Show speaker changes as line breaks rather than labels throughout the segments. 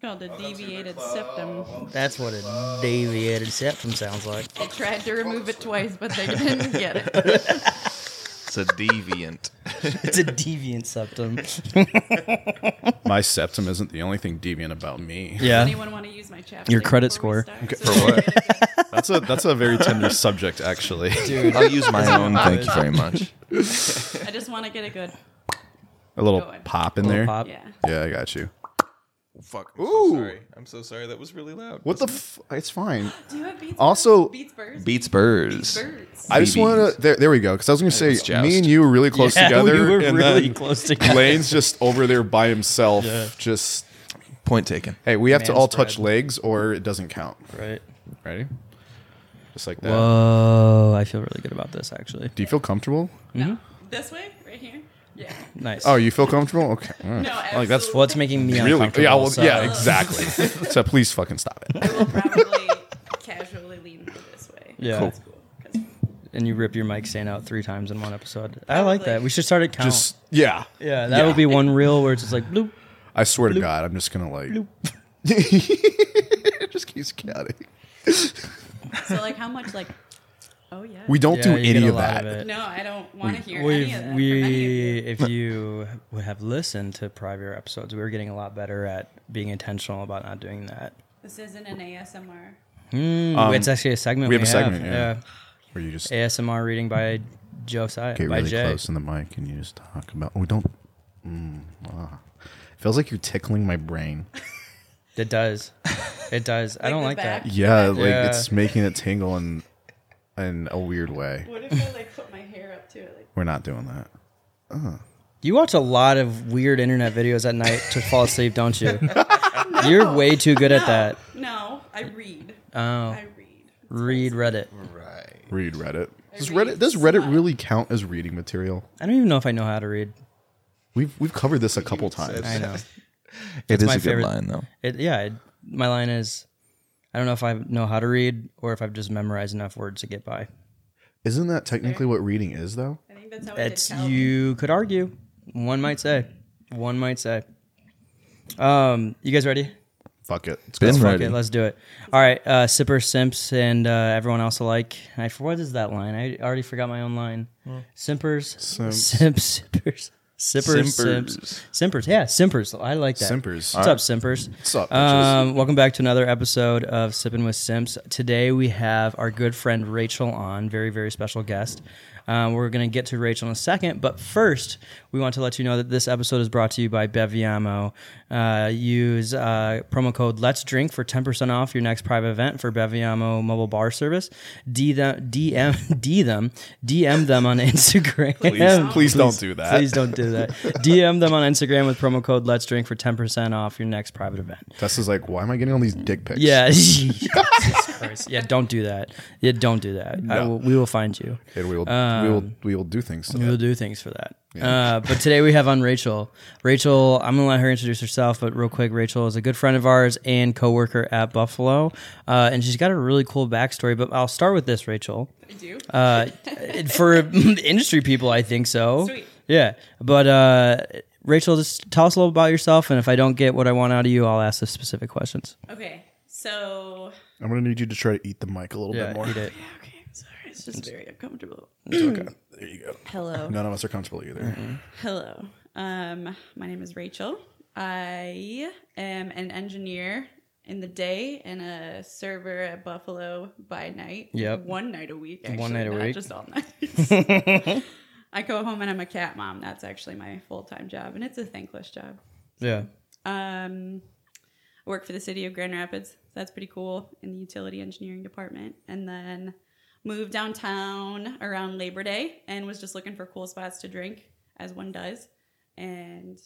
called Oh, a deviated septum.
That's what a deviated septum sounds like.
They tried to remove it twice, but they didn't get it.
It's a deviant.
It's a deviant septum.
My septum isn't the only thing deviant about me.
Yeah.
Anyone want to use my chapstick?
Your credit
before we
score.
start?
For what?
That's a that's a very tender subject, actually.
I'll use my own. Thank you very much.
I just want to get a good.
A little
Go on.
pop in there.
Pop.
Yeah.
Yeah, I got you.
Fuck. I'm
Ooh.
so sorry. I'm so sorry. That was really loud.
What the? F- it's fine.
Do you have beats?
Also-
birds? beats birds.
Beats Burrs.
birds.
I just
BBs.
want to. There, there we go. Because I was going to
It's
say,
joust.
me and you were really close
Yeah,
together.
we were
and
really
then
close together.
Lane's just over there by himself.
Yeah.
Just
Point taken.
hey, we have to
Man
all
spread.
touch legs, or it doesn't count.
Right.
Ready? Just like that.
Whoa, I feel really good about this actually.
Do you feel comfortable?
Mm-hmm.
No. This way, right here. Yeah.
Nice.
Oh, you feel comfortable? Okay. all right.
No,
like that's
absolutely.
well, it's making me
really
uncomfortable.
yeah. Well,
so-
yeah. Exactly. so please fucking stop it.
I will probably casually lean this way.
Yeah.
That's cool. 'Cause
And you rip your mic stand out three times in one episode. I like that. We should start at count.
Just yeah.
yeah, that'll be one reel where it's just like bloop.
I swear to God, I'm just gonna like. just keeps counting.
So like, how much like? Oh yeah.
We don't
Yeah, you
do
get
any
a
of
lot
that.
of it.
No, I don't want to hear any of
We've,
that. from any
we,
of you.
if you would have listened to prior episodes, we were getting a lot better at being intentional about not doing that.
This isn't an ASMR.
Mm, it's actually a segment.
Um, we have a segment, yeah. Where you just
yeah. ASMR reading by Joe Si-
get
by
really
Jay.
close in the mic and you just talk about. We don't. mm, ah. Feels like you're tickling my brain.
It does. It does. I don't
the
like that.
back?
Yeah, like
Yeah.
it's making it tingle in in a weird way.
What if I like put my hair up to it? Like,
We're not doing that.
You watch a lot of weird internet videos at night to fall asleep, don't you? You're way too good at that.
no, I read.
Oh,
I read.
read Reddit.
Right.
Read Reddit. Does
read
Reddit does Reddit really count as reading material?
I don't even know if I know how to read.
We've we've covered this a couple times.
I know.
It is
my
a good
favorite-
line though.
It, yeah, it, my line is, I don't know if I know how to read or if I've just memorized enough words to get by.
Isn't that technically what reading is though?
I think that's how
It's
I did Calvin.
you could argue. One might say. One might say. Um, you guys ready?
Fuck it. It's
Been
good.
Okay,
ready.
let's do it. All right, uh, Sipper Simps and uh, everyone else alike. I, what is that line? I already forgot my own line. Simpers,
Simps.
Simps, Sippers, Sippers, Simps,
Simpers.
Simpers. Yeah, Simpers. I like that.
Simpers.
What's up, Simpers?
What's up, bitches?
Um, welcome back to another episode of Sipping with Simps. Today we have our good friend Rachel on, very, very special guest. Um, we're going to get to Rachel in a second, but first we want to let you know that this episode is brought to you by Beviamo. Uh, use uh, promo code Let's Drink for ten percent off your next private event for Beviamo mobile bar service. D them, DM, D them, DM them on Instagram.
Please, please don't do that.
Please don't do that. DM them on Instagram with promo code Let's Drink for ten percent off your next private event.
Tess is like, why am I getting all these dick pics?
Yeah, Jesus Christ. Yeah, don't do that. Yeah, don't do that. I
No.
will, we will find you.
And we will we will we will do things to
Um, We will
that.
do things for that. Uh, but today we have on Rachel. Rachel, I'm gonna let her introduce herself, but real quick, Rachel is a good friend of ours and coworker at Buffalo, uh, and she's got a really cool backstory. But I'll start with this, Rachel.
I do.
Uh, for industry people, I think so.
Sweet.
Yeah, but uh, Rachel, just tell us a little about yourself, and if I don't get what I want out of you, I'll ask the specific questions.
okay, so
I'm gonna need you to try to eat the mic a little bit more.
eat it.
yeah, okay. I'm sorry, it's just very uncomfortable.
There you go.
Hello.
None of us are comfortable either.
Hello. Um, my name is Rachel. I am an engineer in the day and a server at Buffalo by night.
Yep.
One night a week. Actually,
night a
not
week.
Just all night. I go home and I'm a cat mom. That's actually my full time job, and it's a thankless job.
Yeah.
Um, I work for the city of Grand Rapids. So that's pretty cool in the utility engineering department. And then moved downtown around Labor Day and was just looking for cool spots to drink, as one does. And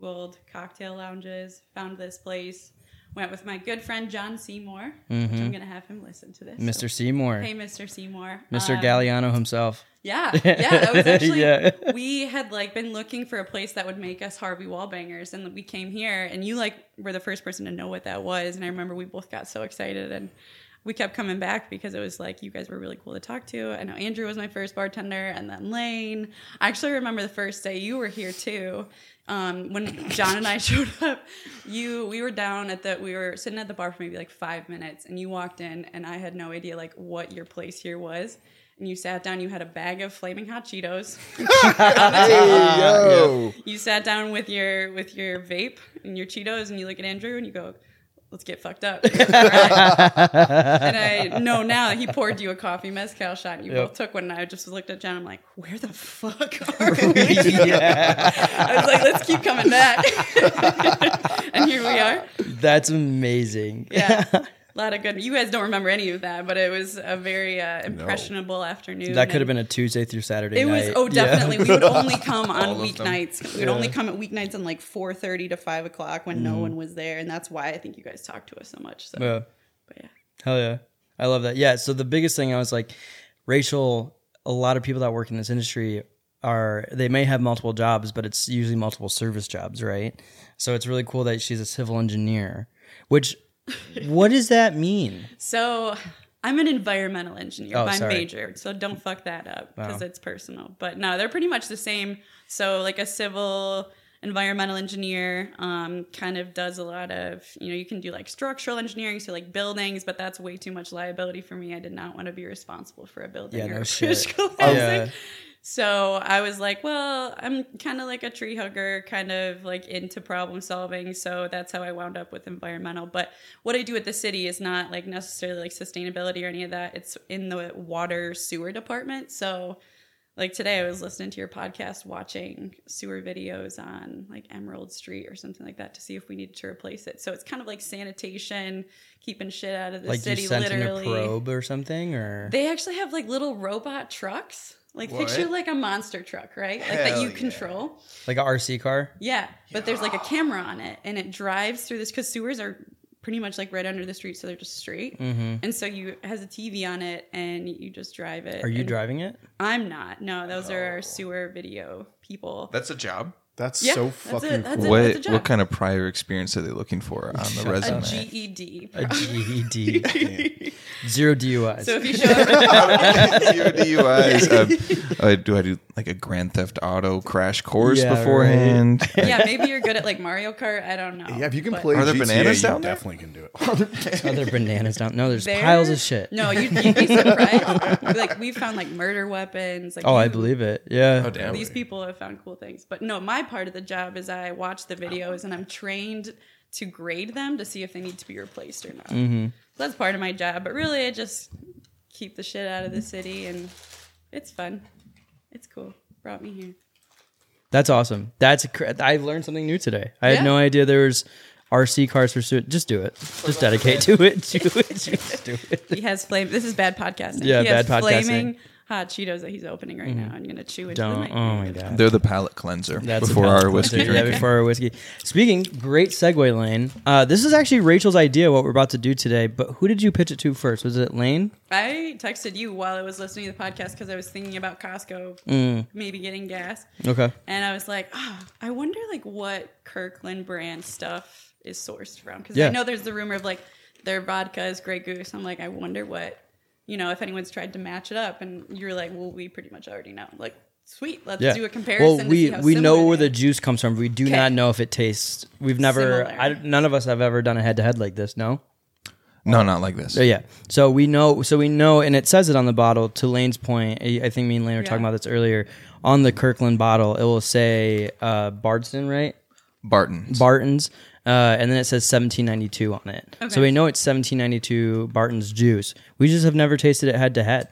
Googled cocktail lounges, found this place, went with my good friend John Seymour, which I'm going to have him listen to this.
Mr.
So-
Seymour.
Hey, Mr. Seymour.
Mr.
Um,
Galliano himself.
yeah, yeah. That was actually
Yeah.
we had like been looking for a place that would make us Harvey Wallbangers, and we came here, and you like were the first person to know what that was, and I remember we both got so excited, and we kept coming back because it was like you guys were really cool to talk to. I know Andrew was my first bartender, and then Lane. I actually remember the first day you were here too. Um, when John and I showed up, you we were down at the we were sitting at the bar for maybe like five minutes, and you walked in, and I had no idea like what your place here was. And you sat down. You had a bag of flaming hot Cheetos.
Uh,
You sat down with your with your vape and your Cheetos, and you look at Andrew and you go, "Let's get fucked up." and I know now that he poured you a coffee mezcal shot, and you both took one. And I just looked at John. I'm like, "Where the fuck are we?" I was like, "Let's keep coming back," and here we are.
That's amazing.
Yeah. A lot of good. You guys don't remember any of that, but it was a very uh, impressionable afternoon.
That could have
and-
been a Tuesday through Saturday
it
night.
was oh definitely. We would only come on
All of them.
weeknights. We would only come at weeknights on like four thirty to five o'clock when no one was there, and that's why I think you guys talked to us so much. So
Mm. Yeah. yeah.
but yeah.
Hell yeah. I love that. Yeah. So the biggest thing I was like, Rachel, a lot of people that work in this industry are they may have multiple jobs, but it's usually multiple service jobs, right? So it's really cool that she's a civil engineer. Which what does that mean?
So I'm an environmental engineer
Oh,
by
sorry.
major, so don't fuck that up because
Wow.
it's personal. But no, they're pretty much the same. So like a civil environmental engineer um, kind of does a lot of you know you can do like structural engineering so like buildings but that's way too much liability for me i did not want to be responsible for a building
Yeah,
or
no
a
shit.
critical housing.
Yeah.
So I was like, well, I'm kind of like a tree hugger, kind of like into problem solving. So that's how I wound up with environmental. But what I do at the city is not like necessarily like sustainability or any of that. It's in the water sewer department. So like today I was listening to your podcast watching sewer videos on like Emerald Street or something like that to see if we needed to replace it. So it's kind of like sanitation, keeping shit out of the
Like
city
you sent in a
literally.
probe or something or
They actually have like little robot trucks. Like picture
What?
like a monster truck, right? Like that
Hell
you
yeah.
control.
like an RC car?
Yeah. But there's like a camera on it and it drives through this because sewers are pretty much like right under the street, so they're just straight.
Mm-hmm.
And so you it has a TV on it and you just drive it.
Are you
And
driving it?
I'm not. No, those are our sewer video people.
That's a job.
That's
Yeah,
so
that's it,
fucking
that's
cool.
it. a
What
job.
what kind of prior experience are they looking for on the
a E
resume?
GED.
A GED. Zero DUIs.
So if you show up
Zero DUIs. Um, uh, do I do like a Grand Theft Auto crash course
Yeah,
beforehand?
Yeah, maybe you're good at like Mario Kart. I don't know.
Yeah, if you can
But-
play
Are there
GTA,
bananas
you
down there?
definitely can do it.
other Oh, bananas down. No, there's
There-
piles of shit.
No, you'd, you'd be surprised. like we found like murder weapons. Like
Oh, I
you-
believe it. Yeah.
Oh damn!
These people have found cool things. But no, my part of the job is I watch
Uh-huh.
the videos and I'm trained to grade them to see if they need to be replaced or not.
Mm-hmm.
That's part of my job. But really, I just keep the shit out of the city and it's fun. It's cool. Brought me here.
That's awesome. That's a cr- I learned something new today. I
Yeah.
had no idea there was RC cars for suit. Just do it. Just dedicate to it. Do it. Just do it.
He has flame. This is bad podcasting.
Yeah,
he has
bad podcasting. Mm-hmm.
Flaming hot Cheetos that he's opening right now. I'm gonna chew into the
Don't.
mic.
Oh my god.
They're the palate cleanser
That's
before
about-
our whiskey
Yeah,
drinking.
before our whiskey. Speaking, great segue, Lane. Uh, this is actually Rachel's idea what we're about to do today. But who did you pitch it to first? Was it Lane?
I texted you while I was listening to the podcast because I was thinking about Costco
Mm.
maybe getting gas.
Okay.
And I was like, oh, I wonder like what Kirkland brand stuff is sourced from because
Yeah.
I know there's the rumor of like their vodka is Grey Goose. I'm like, I wonder what you know if anyone's tried to match it up. And you're like, well, we pretty much already know. Like, sweet, let's do a comparison.
Well,
to
we
see how
we know
similar
where
they
the
are.
juice comes from. We do
Okay.
not know if it tastes. We've never.
Similar.
I, none of us have ever done a head to head like this. No.
No, not like this.
So Oh, yeah, so we know, so we know, and it says it on the bottle. To Lane's point, I I think me and Lane were talking
Yeah.
about this earlier. On the Kirkland bottle, it will say uh, Bardston, right?
Barton.
Barton's, uh, and then it says 1792 on it. So
Okay.
we know it's 1792 Barton's juice. We just have never tasted it head to head.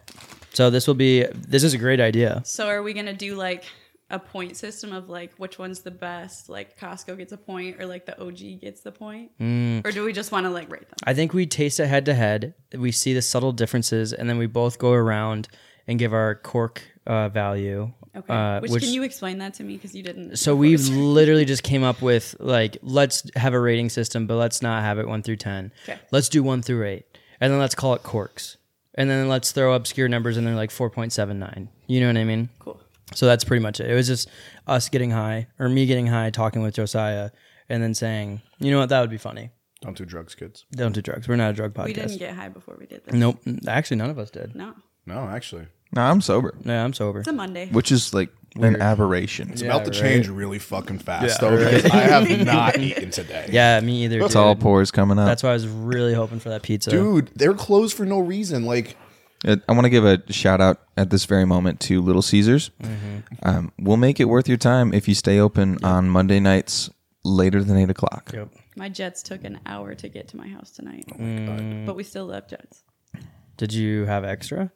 So this will be this is a great idea.
So are we gonna do like a point system of like which one's the best? Like Costco gets a point, or like the OG gets the point,
Mm.
or do we just want to like rate them?
I think we taste it head to head. We see the subtle differences, and then we both go around and give our cork uh, value.
Okay.
uh,
which, can you explain that to me because you didn't?
So we literally just came up with like, let's have a rating system, but let's not have it one through ten.
Okay.
Let's do one through eight, and then let's call it corks, and then let's throw obscure numbers in there like four point seven nine. You know what I mean?
cool.
So that's pretty much it. It was just us getting high, or me getting high, talking with Josiah, and then saying, you know what, that would be funny.
Don't do drugs, kids.
Don't do drugs. We're not a drug podcast.
We didn't get high before we did this.
Nope. Actually, none of us did.
No.
No, actually.
No, I'm sober,
No, I'm sober.
It's a Monday.
which is like an aberration. It's
Yeah.
About to
right.
change really fucking fast,
Yeah,
though, because I have not eaten today.
Yeah, me either.
It's all
dude.
pores coming up.
That's why I was really hoping for that pizza.
Dude, they're closed for no reason. Like,
Uh, I want to give a shout out at this very moment to Little Caesars.
Mm-hmm.
Um, we'll make it worth your time if you stay open on Monday nights later than eight o'clock.
Yep.
My jets took an hour to get to my house tonight,
Oh
Mm.
but we still love jets.
Did you have extra?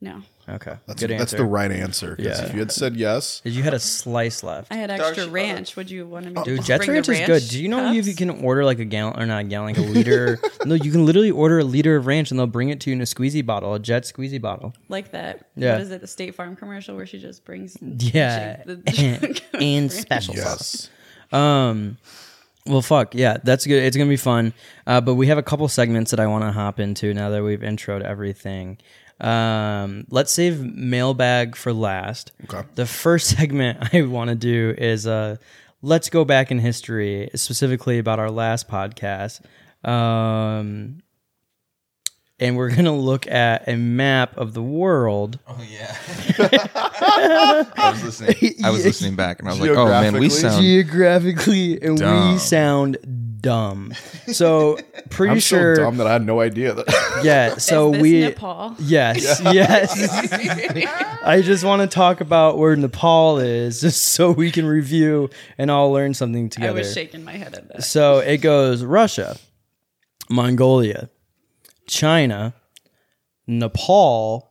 No,
Okay.
that's,
Good answer.
that's the right answer. 'cause
Yeah.
If you had said yes,
Did you had a slice left?
I had extra
uh,
ranch. Would you want to?
Dude, Jets Ranch is good. Do you know if you can order like a gallon or not a gallon, like a liter? no, you can literally order a liter of ranch and they'll bring it to you in a squeezy bottle, a Jet squeezy bottle.
like that?
Yeah.
What is it? The State Farm commercial where she just brings
Yeah.
the-
and special sauce.
yes.
Um, well, fuck yeah, that's good. It's gonna be fun. Uh, but we have a couple segments that I want to hop into now that we've introed everything. Um, let's save mailbag for last.
Okay.
The first segment I want to do is uh, let's go back in history, specifically about our last podcast. Um, and we're gonna look at a map of the world.
Oh yeah. I was listening. I was listening back, and I was like, "Oh man, we
Geographically?
sound."
geographically and we
Dumb.
sound dumb. So pretty
I'm
sure
so dumb that I had no idea. That
Yeah, so
Is this
Oh, we
Nepal.
Yes, yes. I just want to talk about where Nepal is just so we can review and all learn something
I
together.
was shaking my head at that.
So it goes Russia, Mongolia, China, Nepal,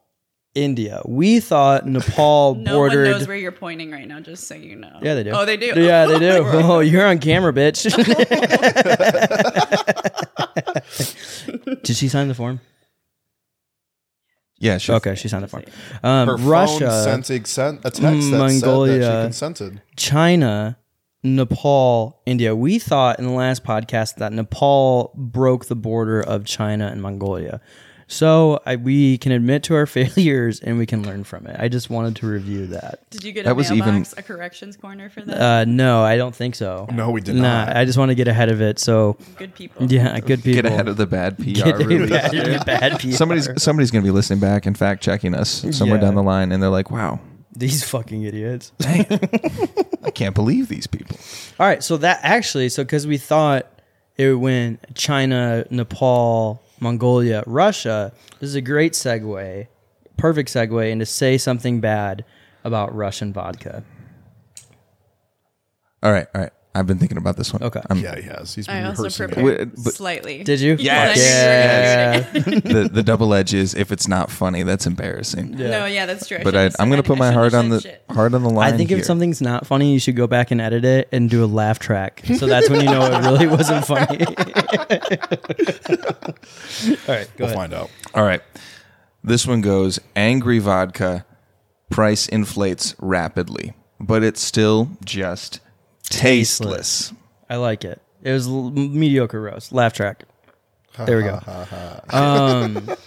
India. We thought Nepal
No
bordered
one knows where you're pointing right now. Just so you know.
yeah, they do.
Oh, they do.
Yeah, they do. oh, you're on camera, bitch. Did she sign the form?
Yeah, sure.
Okay, she signed the form. Um,
her
Russia, Mm,
phone sent a, sent a text that said that
Mongolia.
she consented.
China, Nepal, India. We thought in the last podcast that Nepal broke the border of China and Mongolia. So I, we can admit to our failures and we can learn from it. I just wanted to review that.
Did you get a
That was even-
mailbox, a corrections corner for that?
Uh, no, I don't think so.
No, we did
Nah,
not.
I just want to get ahead of it. So
good people.
Uh, yeah, good people.
Get ahead of the bad PR. really.
Bad, bad PR.
Somebody's somebody's gonna be listening back and fact checking us somewhere
Yeah.
down the line, and they're like, "Wow,
these fucking idiots.
I can't believe these people."
All right, so that actually, so because we thought it went China, Nepal, Mongolia, Russia. This is a great segue, perfect segue, into say something bad about Russian vodka.
All right, all right. I've been thinking about this one. Um,
Okay.
I'm-
Yeah, he has. He's
I
been
also
rehearsing.
prepared
it.
Wait, but-
slightly.
Did you?
Yes.
Yeah.
the the double edge is if it's not funny, that's embarrassing.
No, yeah, that's true. I
But I,
shouldn't have
I'm gonna
said-
put
I
my
shouldn't
heart
have said
on the
shit.
heart on the line.
I think
here.
if something's not funny, you should go back and edit it and do a laugh track. So that's when you know it really wasn't funny. All right, go
We'll
ahead.
find out.
All right. This one goes angry vodka price inflates rapidly, but it's still just tasteless.
I like it. It was l- mediocre roast. Laugh track. There we go.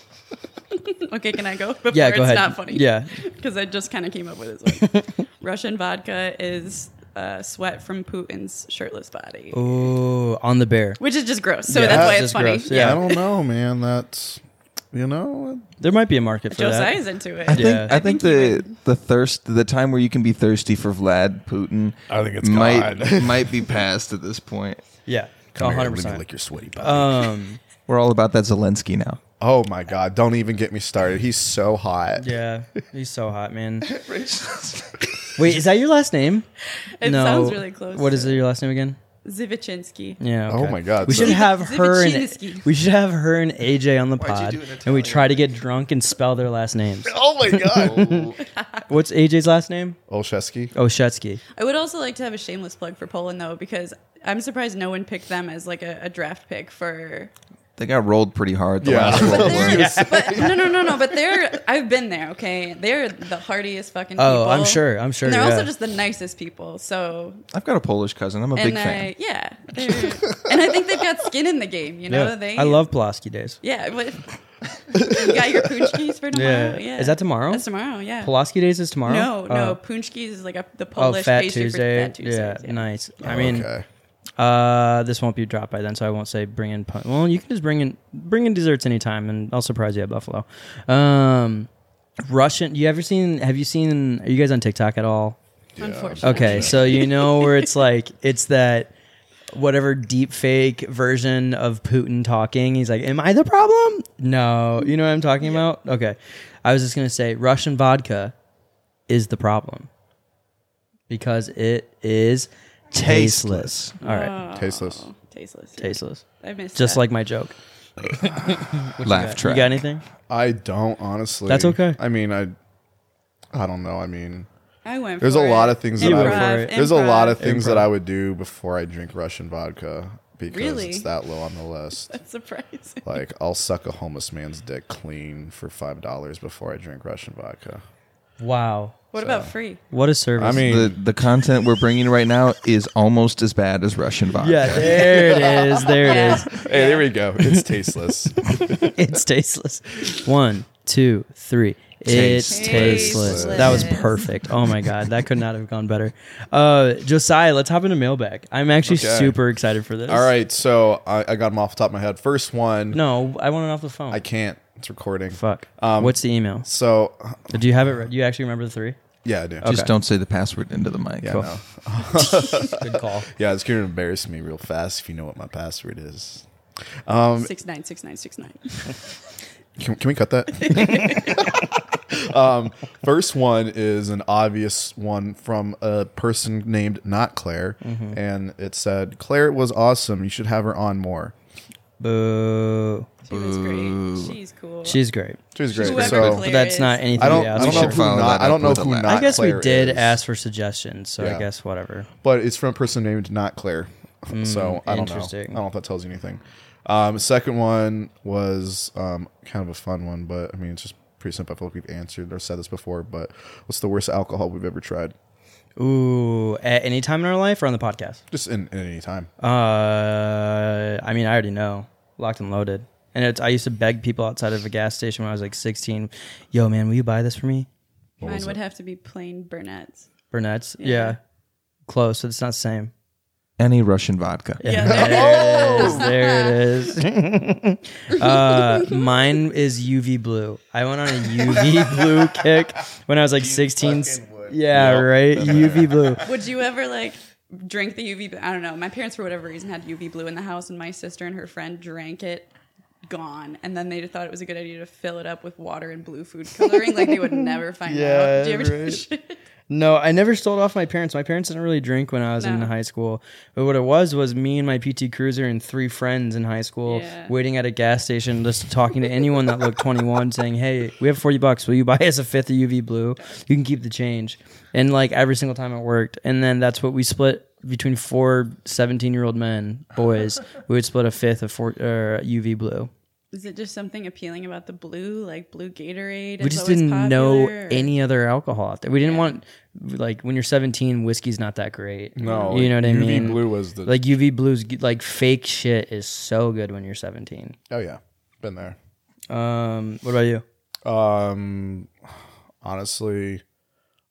Okay, can I go? Before
Yeah, go
it's
ahead.
not funny.
Yeah.
Because I just kind of came up with this one. Russian vodka is uh, sweat from Putin's shirtless body,
Ooh, on the bear.
which is just gross. So
Oh. Yeah,
that's why
it's
it's
just
funny.
gross, yeah.
I don't know, man. That's, you know,
There might be a market for that.
Josiah's into it.
I think,
Yeah.
I think the the thirst the time where you can be thirsty for Vlad Putin
I think it's
might
God.
might be past at this point.
Yeah,
Come
one
here,
hundred
let me
percent.
lick your sweaty body.
Um,
We're all about that Zelensky now.
oh my God. Don't even get me started. He's so hot.
yeah, he's so hot, man. Wait, is that your last name?
It sounds really close
What
to
is your last name again?
Zivichinsky.
Yeah.
Oh
okay.
my God,
We
so-
should have her and
Zivichinski.
we should have her and AJ on the
you
pod,
do an
and we
Italian?
try to get drunk and spell their last names.
Oh my God.
What's AJ's last name? Oh,
Olszewski.
Oshetsky.
I would also like to have a shameless plug for Poland, though, because I'm surprised no one picked them as like a, a draft pick for.
They got rolled pretty hard the
Yeah.
last
But
World
They're-
War.
but- no, no, no, no. But they're. I've been there. Okay, they're the hardiest fucking.
Oh,
people.
I'm sure, I'm sure,
And they're also
yeah.
just the nicest people. So
I've got a Polish cousin. I'm a big
and
fan.
I, yeah, they're- and I think they've got skin in the game. You know,
Yeah.
they.
I love Pulaski days.
Yeah, but you got your punchkis for tomorrow.
Yeah.
Yeah.
Is that tomorrow?
That's tomorrow. Yeah.
Pulaski days is tomorrow.
no, no,
Oh.
punchkis is like a, the
Oh,
Polish
Fat
pastry
Tuesday.
for Fat Tuesdays.
yeah, nice. I mean,
Oh, okay.
Uh, this won't be dropped by then, so I won't say bring in. Pun- well, you can just bring in bring in desserts anytime, and I'll surprise you at Buffalo. Um, Russian. You ever seen? Have you seen? Are you guys on TikTok at all?
Unfortunately.
Okay, so you know where it's like it's that whatever deep fake version of Putin talking. He's like, "Am I the problem?" No, you know what I'm talking about. Okay, I was just gonna say Russian vodka is the problem because it is tasteless. All right,
Oh,
Tasteless.
Tasteless.
tasteless.
I missed
Just
that.
like my joke.
Laugh
You
track.
got anything?
I don't honestly.
That's okay.
I mean, I, I don't know. I mean,
I went.
there's
for
a lot
it.
of things
You
that I
went for
would,
it.
there's a lot of
Improv.
things that
Improv.
I would do before I drink Russian vodka because
Really?
it's that low on the list.
That's surprising.
Like I'll suck a homeless man's dick clean for five dollars before I drink Russian vodka.
Wow,
What about free?
what a service!
I mean,
The the content we're bringing right now is almost as bad as Russian vodka.
yeah, there it is. There it is.
hey, there we go. It's tasteless.
it's tasteless. One, two, three. It's
Tasteless.
tasteless. That was
Tasteless.
perfect. Oh my god, that could not have gone better. Uh, Josiah, let's hop into mailbag. I'm actually
Okay.
super excited for this.
All right, so I, I got them off the top of my head. First one,
No, I want it off the phone.
I can't. It's recording.
Fuck.
Um,
What's the email?
So
Do you have it? re- Do you actually remember the three?
yeah, I do.
Just don't say the password into the mic.
yeah, no.
Good call.
yeah, it's gonna embarrass me real fast if you know what my password is. Um,
Six nine six nine six nine.
Can, can we cut that? um, first one is an obvious one from a person named not Claire, and it said Claire was awesome. You should have her on more.
Boo.
She was great. She's cool.
She's great.
She was great.
Whoever
so
Claire
But that's
is.
not anything
I don't,
we
I
asked
don't know
for.
should
who
follow
not.
that
I
up
don't know
with a
who
laugh.
not.
I
I guess we
Claire
did
is,
ask for suggestions, so I
Yeah.
guess whatever.
but it's from a person named not Claire.
Mm,
so I don't know. I
interesting.
don't know if that tells you anything. Um, second one was um, kind of a fun one, but I mean it's just pretty simple. I feel like we've answered or said this before, but what's the worst alcohol we've ever tried?
Ooh, at any time in our life or on the podcast?
Just in, in any time.
Uh, I mean, I already know. Locked and loaded. And it's, I used to beg people outside of a gas station when I was like 16. Yo, man, will you buy this for me?
Mine would have to be plain brunettes.
Burnett's. Yeah.
Yeah.
Close. It's not the same.
Any Russian vodka.
Yeah.
There it is. There it is. uh, mine is UV blue. I went on a UV blue kick when I was like 16. Yeah, right. UV blue.
Would you ever like drink the UV? I don't know. My parents, for whatever reason, had UV blue in the house, and my sister and her friend drank it. Gone, and then they thought it was a good idea to fill it up with water and blue food coloring, like they would never find
Yeah,
out. Did you ever do
right.
shit?
No, I never stole it off my parents. My parents didn't really drink when I was in
No.
high school. But what it was was me and my PT Cruiser and three friends in high school
Yeah.
waiting at a gas station, just talking to anyone that looked 21, saying, "Hey, we have 40 bucks. Will you buy us a fifth of UV Blue? You can keep the change." And like every single time it worked. And then that's what we split between four 17 year old men, boys. we would split a fifth of four, uh, UV Blue.
Is it just something appealing about the blue, like blue Gatorade?
we
is
just
always
didn't know
popular, or-
any other alcohol out there. We didn't want like when you're 17, whiskey's not that great.
No,
you know what I
UV
mean.
blue was the
like UV blues, like fake shit is so good when you're 17.
oh yeah, been there.
Um, what about you?
Um, honestly,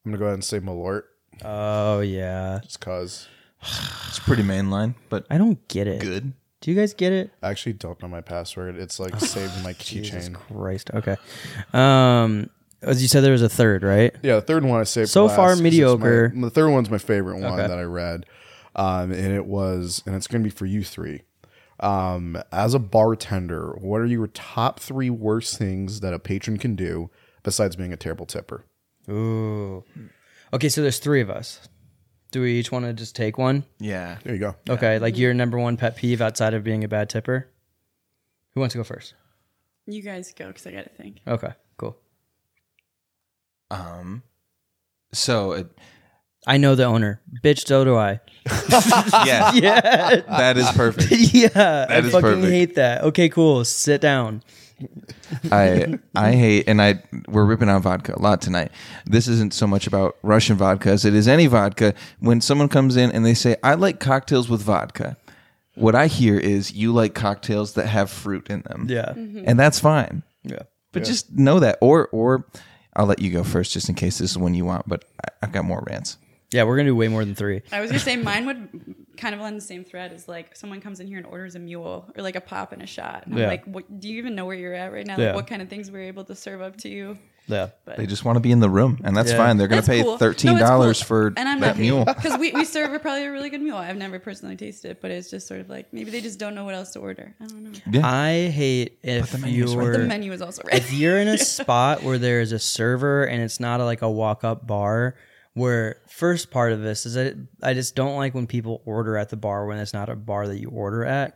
I'm gonna go ahead and say Malort
Oh yeah,
just cause
It's pretty mainline, but
I don't get it.
good.
Do you guys get it?
I actually don't know my password. It's like saved in my keychain.
Christ. Okay. Um, as you said, there was a third, right?
Yeah, the third one I saved
So
for last
far,
'cause it's
mediocre.
My, the third one's my favorite one that I read, um, and it was, and it's gonna be for you three. Um, as a bartender, what are your top three worst things that a patron can do besides being a terrible tipper?
Ooh. Okay, so there's three of us. Do we each want to just take one?
Yeah.
There you go.
Okay, like
Mm-hmm.
your number one pet peeve outside of being a bad tipper. Who wants to go first?
You guys go because I got to think.
Okay, cool.
Um. So it,
I know the owner. Bitch, so do I.
yeah,
Yeah.
that is perfect.
yeah. I
is
fucking
perfect.
hate that. Okay, cool. Sit down.
I I hate and I we're ripping on vodka a lot tonight. This isn't so much about Russian vodka as it is any vodka. When someone comes in and they say, "I like cocktails with vodka," what I hear is, "You like cocktails that have fruit in them."
Yeah.
Mm-hmm.
and that's fine.
Yeah.
But just know that, or or I'll let you go first, just in case this is one you want. But I, I've got more rants.
Yeah, we're going to do way more than three.
I was gonna say mine would kind of on the same thread is like someone comes in here and orders a mule or like a pop and a shot. And I'm
Yeah.
like, what, do you even know where you're at right now?
Yeah.
Like, what kind of things we're able to serve up to you?
Yeah.
They just want to be in the room, and that's
Yeah.
fine. They're going to
That's
pay
cool. No, it's
thirteen dollars
cool.
for
and I'm
that mule.
because we, we serve a, probably a really good mule. I've never personally tasted it, but it's just sort of like maybe they just don't know what else to order. I don't know.
Yeah.
I hate if
menu's right
you're
The menu is also right.
if you're in a spot where there is a server and it's not a, like a walk up bar where first part of this is that I just don't like when people order at the bar when it's not a bar that you order at.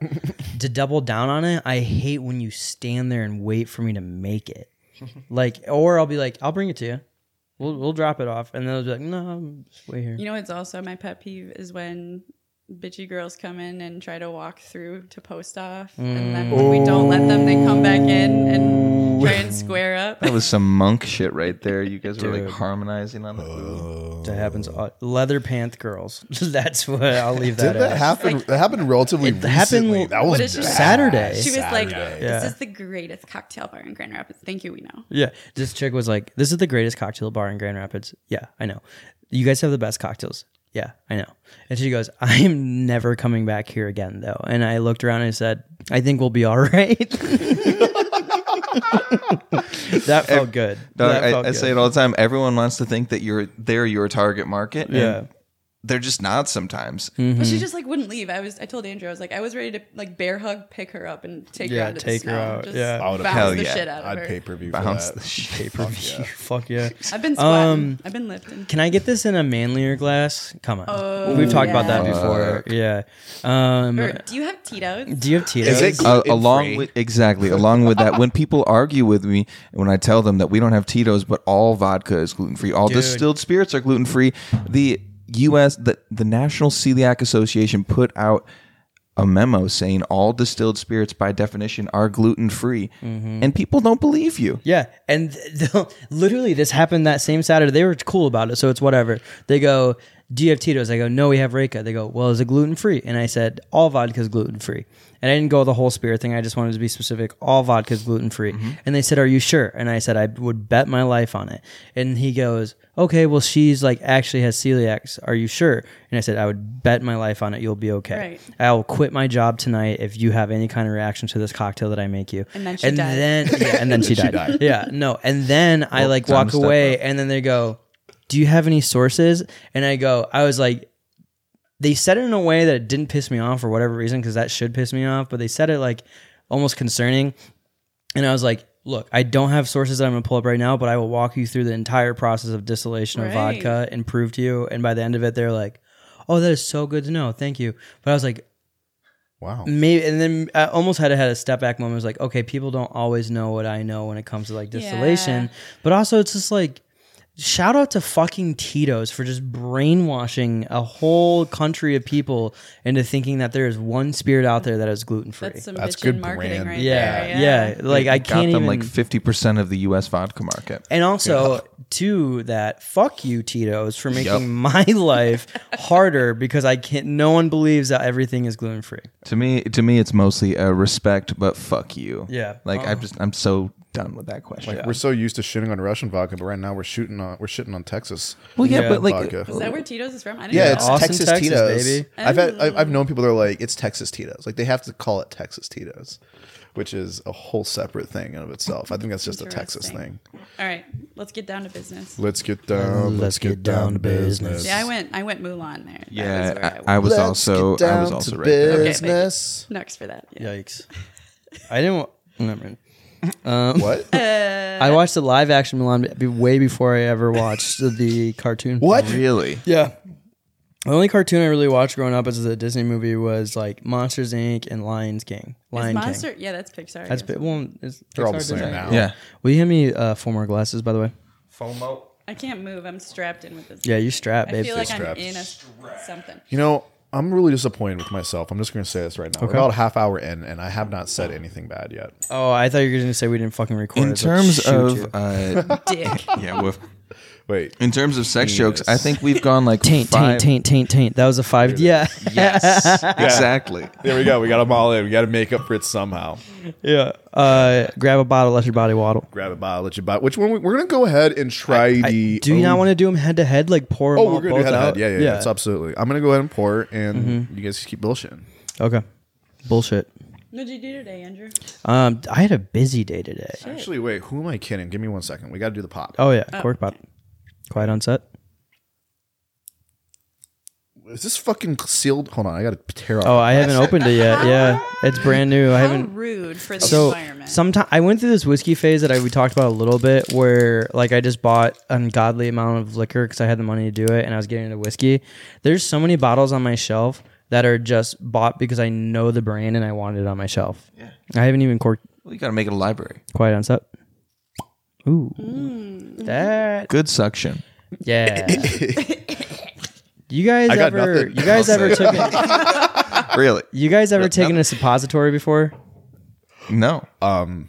to double down on it, I hate when you stand there and wait for me to make it. Like, or I'll be like, I'll bring it to you. We'll we'll drop it off, and they'll be like, no, I'm just wait here.
You know, it's also my pet peeve is when bitchy girls come in and try to walk through to post off, and then when we don't let them. They come back in and try and square up.
Mm. That was some monk shit right there. You guys were like
Dude. Oh.
harmonizing on the
that happens. all- Leather pant girls. That's what I'll leave that.
Did that
at.
happen? that happened relatively
It happened-
recently. that was
But it's just-
Saturday.
She was like,
Saturday.
"This
Yeah.
is the greatest cocktail bar in Grand Rapids. Thank you. We know."
Yeah. This chick was like, This is the greatest cocktail bar in Grand Rapids. Yeah, I know. You guys have the best cocktails. Yeah, I know. And she goes, I'm never coming back here again, though. And I looked around and I said, I think we'll be all right. that felt good.
Dog,
That
I,
felt
I
good.
say it all the time. Everyone wants to think that you're they're your target market. and
Yeah. Mm-hmm.
they're just not sometimes.
But she just like wouldn't leave. I was I told Andrew I was like I was ready to like bear hug, pick her up, and take her
Yeah,
out to
take
the
her
snow.
out,
Just
yeah.
I would've-
bounce
Hell
the
yeah.
shit out of
I'd
her.
pay per view for
Bounce
that.
the shit.
Pay-per-view. Fuck yeah.
I've been squatting.
Um,
I've been lifting.
Can I get this in a manlier glass? Come on.
Oh,
We've talked about that
yeah.
before. Yeah. Um,
Or, do you have Tito's?
do you have Tito's?
it
Uh,
gluten
along
free?
with exactly along with that, when people argue with me when I tell them that we don't have Tito's, but all vodka is gluten free, all distilled spirits are gluten free. The U.S. the the National Celiac Association put out a memo saying all distilled spirits by definition are gluten free,
Mm-hmm.
and people don't believe you.
Yeah, and th- they'll- literally this happened that same Saturday. They were cool about it, so it's whatever. They go, "Do you have Tito's?" I go, "No, we have Reka." They go, "Well, is it gluten free?" And I said, "All vodka is gluten free." And I didn't go the whole spirit thing. I just wanted to be specific. All vodka is gluten free. And they said, "Are you sure?" And I said, "I would bet my life on it." And he goes, "Okay, well, she's like actually has celiacs. Are you sure?" And I said, "I would bet my life on it. You'll be okay.
Right.
I'll quit my job tonight if you have any kind of reaction to this cocktail that I make you."
And then she
and
died.
Then, yeah, and then she died. Yeah, no. And then I like
time
walk
to step
away, and then they go, "Do you have any sources?" And I go, "I was like." They said it in a way that it didn't piss me off for whatever reason, because that should piss me off. But they said it like almost concerning, and I was like, "Look, I don't have sources that I'm going to pull up right now, but I will walk you through the entire process of distillation of
Right.
vodka and prove to you." And by the end of it, they're like, "Oh, that is so good to know. Thank you." But I was like,
Wow.
maybe and then I almost had had a step back moment. I was like, okay, people don't always know what I know when it comes to like distillation,
Yeah.
but also it's just like shout out to fucking Tito's for just brainwashing a whole country of people into thinking that there is one spirit out there that is gluten free.
That's some
That's
bitchin'
good
marketing
brand.
right
yeah,
there.
yeah, Like I
Got them
can't even
like fifty percent of the U.S. vodka market.
and also to that, fuck you, Tito's, for making my life harder because I can't. No one believes that everything is gluten free.
To me, to me, it's mostly a respect, but fuck you.
Yeah. Uh-huh.
like I'm just I'm so done with that question.
We're so used to shitting on Russian vodka, but right now we're shooting on we're shitting on Texas.
well, yeah,
Yeah. uh,
but like,
Vodka.
Is that where Tito's is from? I didn't
Yeah,
know.
it's
Austin,
Texas,
Texas,
Tito's.
baby.
I've had I've, I've known people that are like it's Texas Tito's. Like they have to call it Texas Tito's, which is a whole separate thing in of itself. I think that's just a Texas thing.
Interesting. All right, let's get down to business.
Let's get down.
Let's get down to business.
Yeah, I went. I went Mulan there. That was
yeah,
where I,
I, I was
Let's
also
get down
I was also
to
right there.
Okay,
business.
Next for that. Yeah.
Yikes! I didn't. Wa- Never mind.
What?
Uh, I watched the live action Milan b- way before I ever watched the cartoon.
What?
Really?
Yeah. The only cartoon I really watched growing up as a Disney movie was like Monsters Inc. and Lion King.
Is
Lion
Monster.
King.
Yeah, that's Pixar. I
That's
guess.
bit one. Is
They're all the
Pixar
same
Disney?
now.
Yeah.
Will you hand me uh, four more glasses, by the way?
FOMO.
I can't move. I'm strapped in with this.
Yeah, you strap,
I
babe.
feel like
strapped.
I'm in a something.
You know, I'm really disappointed with myself. I'm just going to say this right now. We're about a half hour in, and I have not said anything bad yet.
oh, I thought you were going to say we didn't fucking record. I
In
was like,
terms
shoot
of
you.
uh,
Dick.
yeah, woof.
Wait.
In terms of sex jokes, I
Penis.
think we've gone like
Taint,
five.
taint, taint, taint, taint. That was a five. Yeah.
Yes, exactly.
There we go. We got them all in. We got to make up for it somehow.
Yeah. Uh, grab a bottle, let your body waddle.
Grab a bottle, let you buy. Which one? We, we're gonna go ahead and try the.
Do you
oh,
not want to do them head to head? Like pour them
Oh, we're gonna do
both
head to
out? Mm-hmm.
head. Yeah, yeah, yeah. It's absolutely. I'm gonna go ahead and pour, and you guys keep bullshitting.
Okay. Bullshit.
What'd you do today, Andrew?
Um, I had a busy day today.
Actually, wait. Who am I kidding? Give me one second. We got to do the pop.
Oh yeah, cork pop. Quiet on set.
Is this fucking sealed? Hold on. I got to tear off.
Oh, I haven't opened it yet. Yeah, it's brand new. I
How
haven't.
rude for the
So
environment.
sometimes I went through this whiskey phase that I we talked about a little bit, where like I just bought an ungodly amount of liquor because I had the money to do it, and I was getting into whiskey. There's so many bottles on my shelf that are just bought because I know the brand and I wanted it on my shelf. Yeah. I haven't even corked
We got to make it a library.
quiet on set. Ooh,
Mm.
that
Good suction.
yeah. you guys
I got
ever?
nothing.
You guys ever took? A,
Really?
You guys ever taken a suppository before?
No.
Because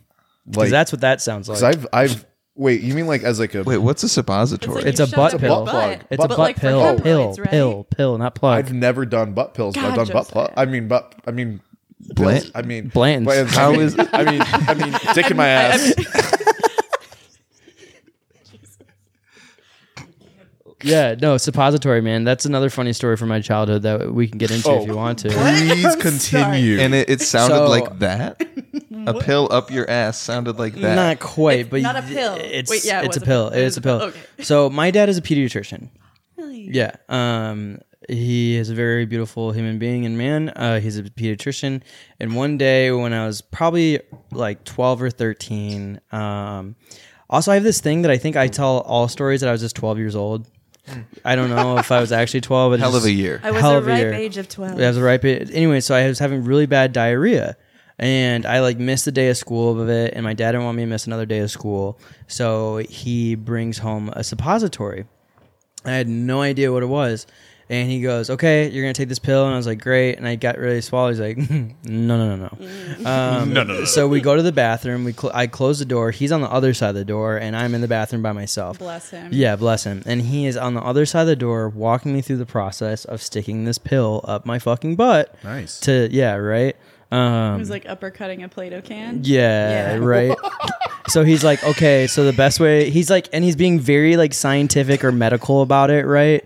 Like-
that's what that sounds like.
'Cause I've, I've. Wait. You mean like as like a?
Wait, what's a suppository?
like
it's
you
a
shove
butt
it up
pill.
your
Butt plug.
it's a
but
butt
like for
pill,
hemorrhoids,
pill,
right?
pill, pill, not plug.
I've never done butt pills. but I've
God,
done butt plug.
Josiah.
I mean butt. I mean.
Blan-
pills. I mean
Blanton's.
Blanton's.
How
I mean,
is-
I mean. I mean. Dick in my ass.
yeah, no suppository, man. That's another funny story from my childhood that we can get into
Oh.
if you want to.
Please continue.
and it, it sounded
So-
like that. A pill up your ass sounded like that.
Not quite, but
not a
y-
pill.
It's
Wait, yeah, it
it's
was
a
a
pill.
pill. It
It's
is
a pill.
Okay.
So my dad is a pediatrician.
Really?
Yeah. Um, he is a very beautiful human being and man. Uh, he's a pediatrician. And one day when I was probably like 12 or 13, um, also I have this thing that I think I tell all stories that I was just 12 years old. I don't know if I was actually 12. But it's
Hmm. Hell of
just-
a year.
I was
hell
a
of a
ripe
year.
age of 12.
yeah, it was the right bit. Anyway, so I was having really bad diarrhea. And I like missed the day of school of it, and my dad didn't want me to miss another day of school, so he brings home a suppository. I had no idea what it was, and he goes, "Okay, you're gonna take this pill," and I was like, "Great!" And I got really swallowed. He's like, "No, no, no,
Mm-hmm.
no, um, no, no, no." So we go to the bathroom. We cl- I close the door. He's on the other side of the door, and I'm in the bathroom by myself.
Bless him.
Yeah, bless him. And he is on the other side of the door walking me through the process of sticking this pill up my fucking butt.
Nice.
To yeah, right? Um
It was like uppercutting a Play-Doh can.
yeah,
Yeah.
right. so he's like, okay, so the best way he's like and he's being very like scientific or medical about it, right?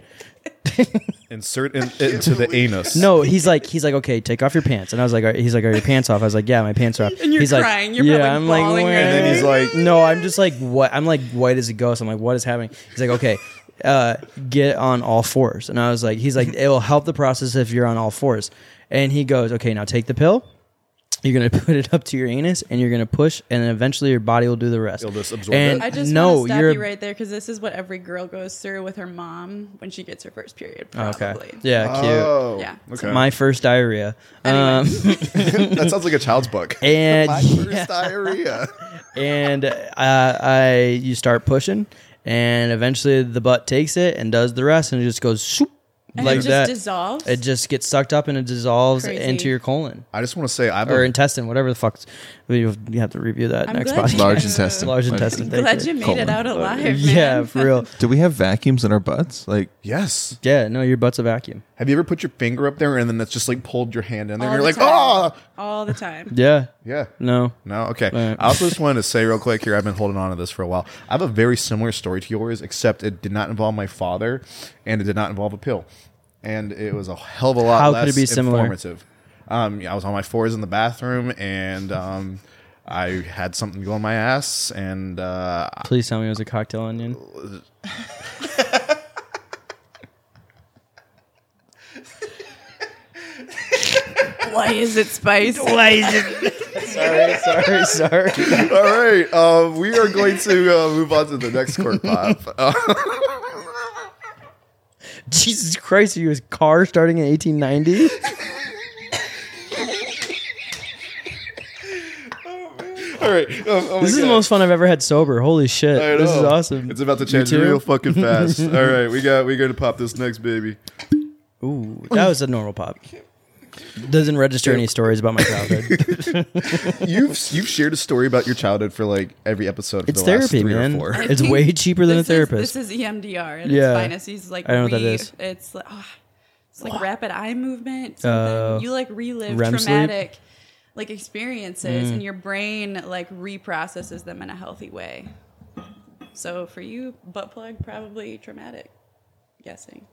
Insert in, into the anus.
No, he's like he's like, okay, take off your pants. And I was like, are, he's like, are your pants off? I was like, yeah, my pants are off.
And you're
he's
crying.
Like,
You're
yeah,
probably
I'm like,
bawling right
"Wah."
now. And then
he's like-
no, I'm just like, what? I'm like white as a ghost. I'm like, what is happening? He's like, okay, uh, get on all fours. And I was like, he's like, it will help the process if you're on all fours. And he goes, okay, now take the pill. You're gonna put it up to your anus, and you're gonna push, and then eventually your body will do the rest.
It'll just absorb
and
it.
I just
no,
want to stop
you're
you right there because this is what every girl goes through with her mom when she gets her first period.
Oh, okay.
Probably.
Yeah, cute.
Oh.
Yeah.
Okay.
My first diarrhea. Um,
that sounds like a child's book.
and
My first diarrhea.
and uh, I you start pushing, and eventually the butt takes it and does the rest, and it just goes shoop,
And
like
it just
that.
dissolves.
it just gets sucked up and it dissolves
Crazy.
into your colon
I just want to say I'm
or
a,
intestine, whatever the fuck. We you have to review that
I'm
next
glad
podcast.
you-
Large
Uh,
intestine.
Large intestine. thank
Glad you made
Colon.
it out alive. man.
Yeah, for real.
Do we have vacuums in our butts? Like,
yes.
Yeah, no, your butt's a vacuum.
Have you ever put your finger up there and then that's just like pulled your hand in there?
All
and you're
the
like,
time.
ah,
all the time.
Yeah.
yeah.
No.
No, okay.
Right.
I also just wanted to say real quick here. I've been holding on to this for a while. I have a very similar story to yours, except it did not involve my father, and it did not involve a pill, and it was a hell of a lot
How could
less
it be similar?
informative. Um, yeah, I was on my fours in the bathroom, and um, I had something go in my ass, and uh,
Please tell me it was a cocktail onion.
Why is it spice?
sorry, sorry, sorry.
All right, um, we are going to uh, move on to the next cork pop. Uh,
Jesus Christ, you was car starting in 1890?
all right, um, oh my
This is the
God.
most fun I've ever had sober. Holy shit.
I
This is
know.
awesome.
It's about to change
too?
real fucking fast. all right, we got we got to pop this next baby.
Ooh, that was a normal pop. Doesn't register any stories about my childhood.
You've you've shared a story about your childhood for like every episode. For
It's
the
therapy,
last three
man.
Or four.
It's
think
way cheaper than a
This is-
therapist.
this is E EMDR. At
Yeah.
its finest. He's like
I don't know what that
re-
is.
It's like ah, it's like rapid eye movement. something.
Oh.
you like relive
REM sleep? Mm.
traumatic like experiences, and your brain like reprocesses them in a healthy way. So for you, butt plug probably traumatic. Guessing.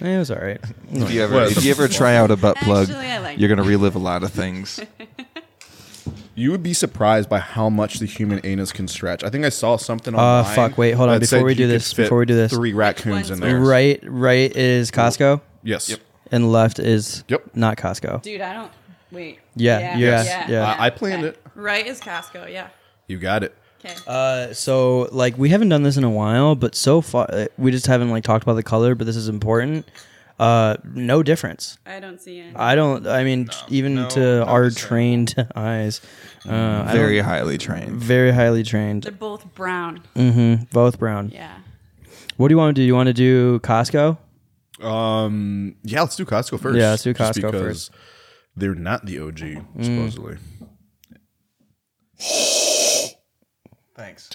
Eh, it was all right.
If you ever,
Well,
if you ever try out a butt plug,
Actually, I like
you're going to relive a lot of things.
You would be surprised by how much the human anus can stretch. I think I saw something
Uh,
online.
fuck, wait, hold on,
that
before
said
we do
you could
this,
fit
before we do this.
three raccoons
One's
in there.
Right, right is Costco,
Yes. Yep.
and left is
Yep.
not Costco.
Dude, I don't wait.
Yeah, you asked, yeah.
I- I planned
Okay.
it.
Right is Costco, yeah.
You got it.
Okay.
Uh, so like we haven't done this in a while, but so far uh, we just haven't like talked about the color, but this is important. Uh, no difference.
I don't see any.
I don't. I mean, t- even
no,
to
not
our
the same.
trained eyes, uh, I
Very
don't-
highly trained.
very highly
They're
trained.
both brown.
Mm-hmm. Both brown.
Yeah.
What do you want to do? You want to do Costco?
Um, yeah, let's do Costco first.
Yeah, let's do
Just
Costco Mm.
because They're not the OG, supposedly.
Thanks.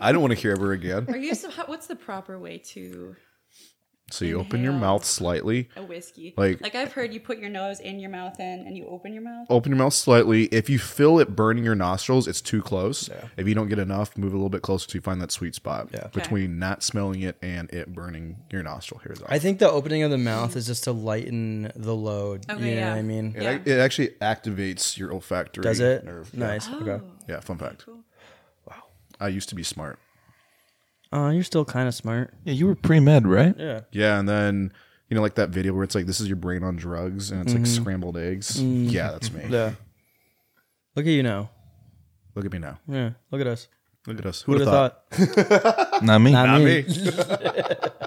I don't want to hear ever again.
Are you? So, how- what's the proper way to
So you open your
Inhale.
mouth slightly.
a whiskey?
Like-
like I've heard, you put your nose in your mouth and and you open your mouth.
Open your mouth slightly. If you feel it burning your nostrils, it's too close. If you don't get enough, move a little bit closer to find that sweet spot between not smelling it and it burning your nostril hairs off.
I think the opening of the mouth is just to lighten the load.
Okay,
you know
yeah.
what I mean?
Yeah.
it, it actually activates your olfactory.
Does it?
Nerve. Yeah.
Nice. Okay.
Yeah, fun fact.
Cool.
I used to be smart.
Oh, you're still kind of smart.
Yeah, you were pre med, right?
Yeah.
Yeah, and then you know, like that video where it's like, "This is your brain on drugs," and it's like scrambled eggs. Yeah, that's me.
Yeah. Look at you now.
Look at me now.
Yeah. Look at us.
Look at us.
Who
Who would
would
have thought?
thought?
Not me.
Not me.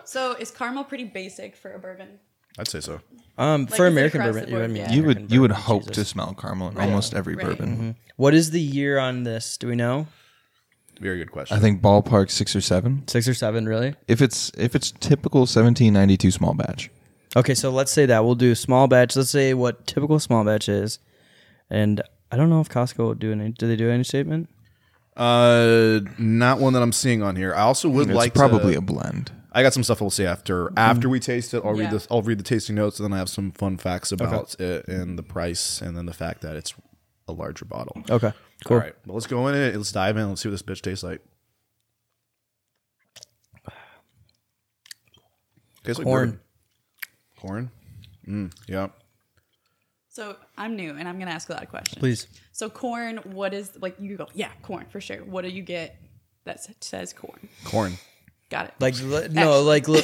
So is caramel pretty basic for a bourbon?
I'd say so.
Um, for
is it
American
across the
bourbon, you
board?
would mean
Yeah.
You
American
would you would
bourbon,
hope
Jesus. Mm-hmm.
to smell caramel in almost every
Right.
bourbon.
What is the year on this? Do we know?
Very good question.
I think ballpark six or seven.
Six or seven, really?
If it's if it's typical seventeen ninety two small batch.
Okay, so let's say that we'll do small batch. Let's say what typical small batch is, and I don't know if Costco will do any. Do they do any statement?
Uh, not one that I'm seeing on here. I also would
It's
like
uh,
probably
To,
a blend.
I got some stuff we'll see after
Mm-hmm.
after we taste it. I'll
Yeah.
read this. I'll read the tasting notes, and then I have some fun facts about it and the price, and then the fact that it's a larger bottle.
Okay, cool.
All right. Well, let's go in it. Let's dive in. Let's see what this bitch tastes like. Tastes
Corn.
Like bourbon. corn. Mm, yeah.
So I'm new and I'm gonna ask a lot of questions.
Please.
So corn, what is like? You go, yeah, corn for sure. What do you get that s- says corn?
Corn.
Got it.
Like li- no, like li-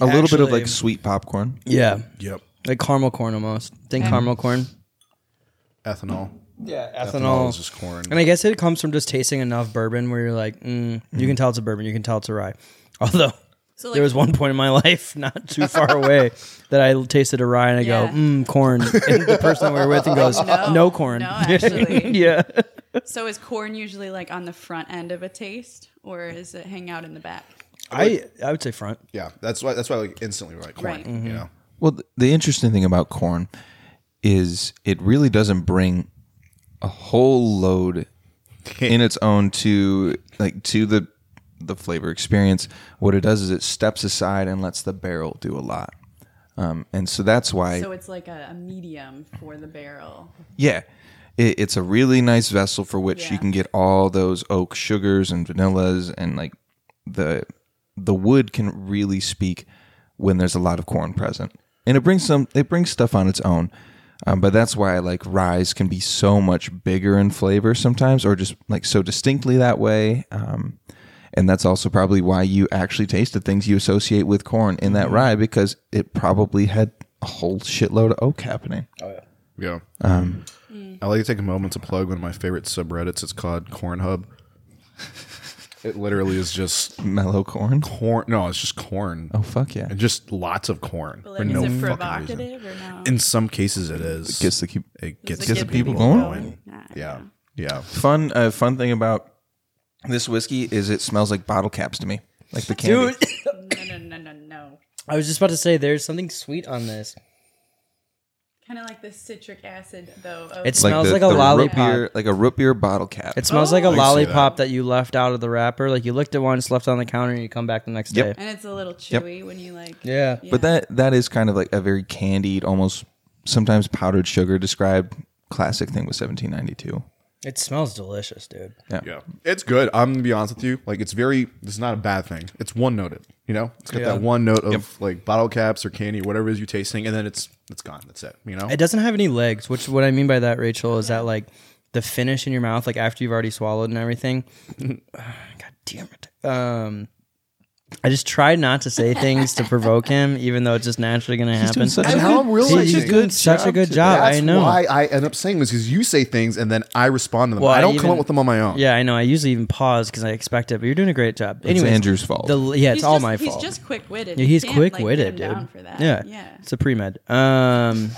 A little bit of like
Actually-
sweet popcorn.
yeah,
Yep.
like caramel corn almost. Think caramel corn.
Ethanol.
Yeah,
Ethanol is just corn.
And I guess it comes from just tasting enough bourbon where you're like, mm, you can tell it's a bourbon, you can tell it's a rye. Although
So, like-
there was one point in my life, not too far away, that I tasted a rye and I
Yeah.
go, mm, corn. And the person that we were with and goes, uh, no,
No.
corn.
No, actually.
yeah.
so is corn usually like on the front end of a taste, or is it hang out in the back?
I, I would say front.
yeah. That's why. That's why. Like instantly, we're like corn.
Right.
Mm-hmm.
Mhm.
You know.
Well, th- the interesting thing about corn is it really doesn't bring a whole load in its own to like to the the flavor experience. What it does is it steps aside and lets the barrel do a lot. Um, and so that's why
So it's like a, a medium for the barrel.
Yeah. It, it's a really nice vessel for which you
Yeah.
can get all those oak sugars and vanillas and like the the wood can really speak when there's a lot of corn present. And it brings some it brings stuff on its own. Um, but that's why like rye can be so much bigger in flavor sometimes or just like so distinctly that way. Um, and that's also probably why you actually tasted things you associate with corn in that rye because it probably had a whole shitload of oak happening.
Yeah.
Um,
Mm.
I like to take a moment to plug one of my favorite subreddits. It's called Corn Hub. it literally is just
Mellow corn.
corn. No, it's just corn.
Oh fuck yeah!
And just lots of corn.
But
for
like,
no
is it
fucking reason.
provocative or no?
In some cases, it is.
Gets the keep-
it
Does
gets,
it
gets
get
the people going.
Nah,
Yeah. Yeah.
fun uh, fun thing about this whiskey is it smells like bottle caps to me, like the candy.
No, no, no, no, no.
I was just about to say there's something sweet on this.
Kind of like the citric acid, though. Of
It's- Smells
the-
like a
the root
lollipop.
beer- like a root beer bottle cap.
It smells like a
Oh. I
can see
lollipop that. you left out of the wrapper. Like you looked at one, it's left on the counter, and you come back the next
Yep.
day.
and it's a little chewy when you like.
Yeah.
But that that is kind of like a very candied, almost sometimes powdered sugar described classic thing with 1792.
It smells delicious, dude.
Yeah, it's good. I'm gonna be honest with you. Like, it's very. It's not a bad thing. It's one noted. You know, it's got that one note of like bottle caps or candy, whatever it is you tasting, and then it's it's gone. That's it. You know,
It doesn't have any legs, which what I mean by that, Rachel, is that like the finish in your mouth, like after you've already swallowed and everything. God damn it. Um, I just try not to say things to provoke him, even though it's just naturally going to happen.
such
And
a-
now I'm
He's
realizing
doing such a good job.
that's
I know.
why I end up saying this because you say things and then I respond to them.
Well,
I
I
don't come
even-
up with them on my own.
Yeah, I know. I usually even pause because I expect it, but you're doing a great job.
It's
Anyway,
Andrew's fault.
The, yeah, it's
He's
all
just-
my fault.
He's just quick witted.
Yeah, he's quick witted, dude.
Down for that.
Yeah,
yeah.
It's a pre med. Um,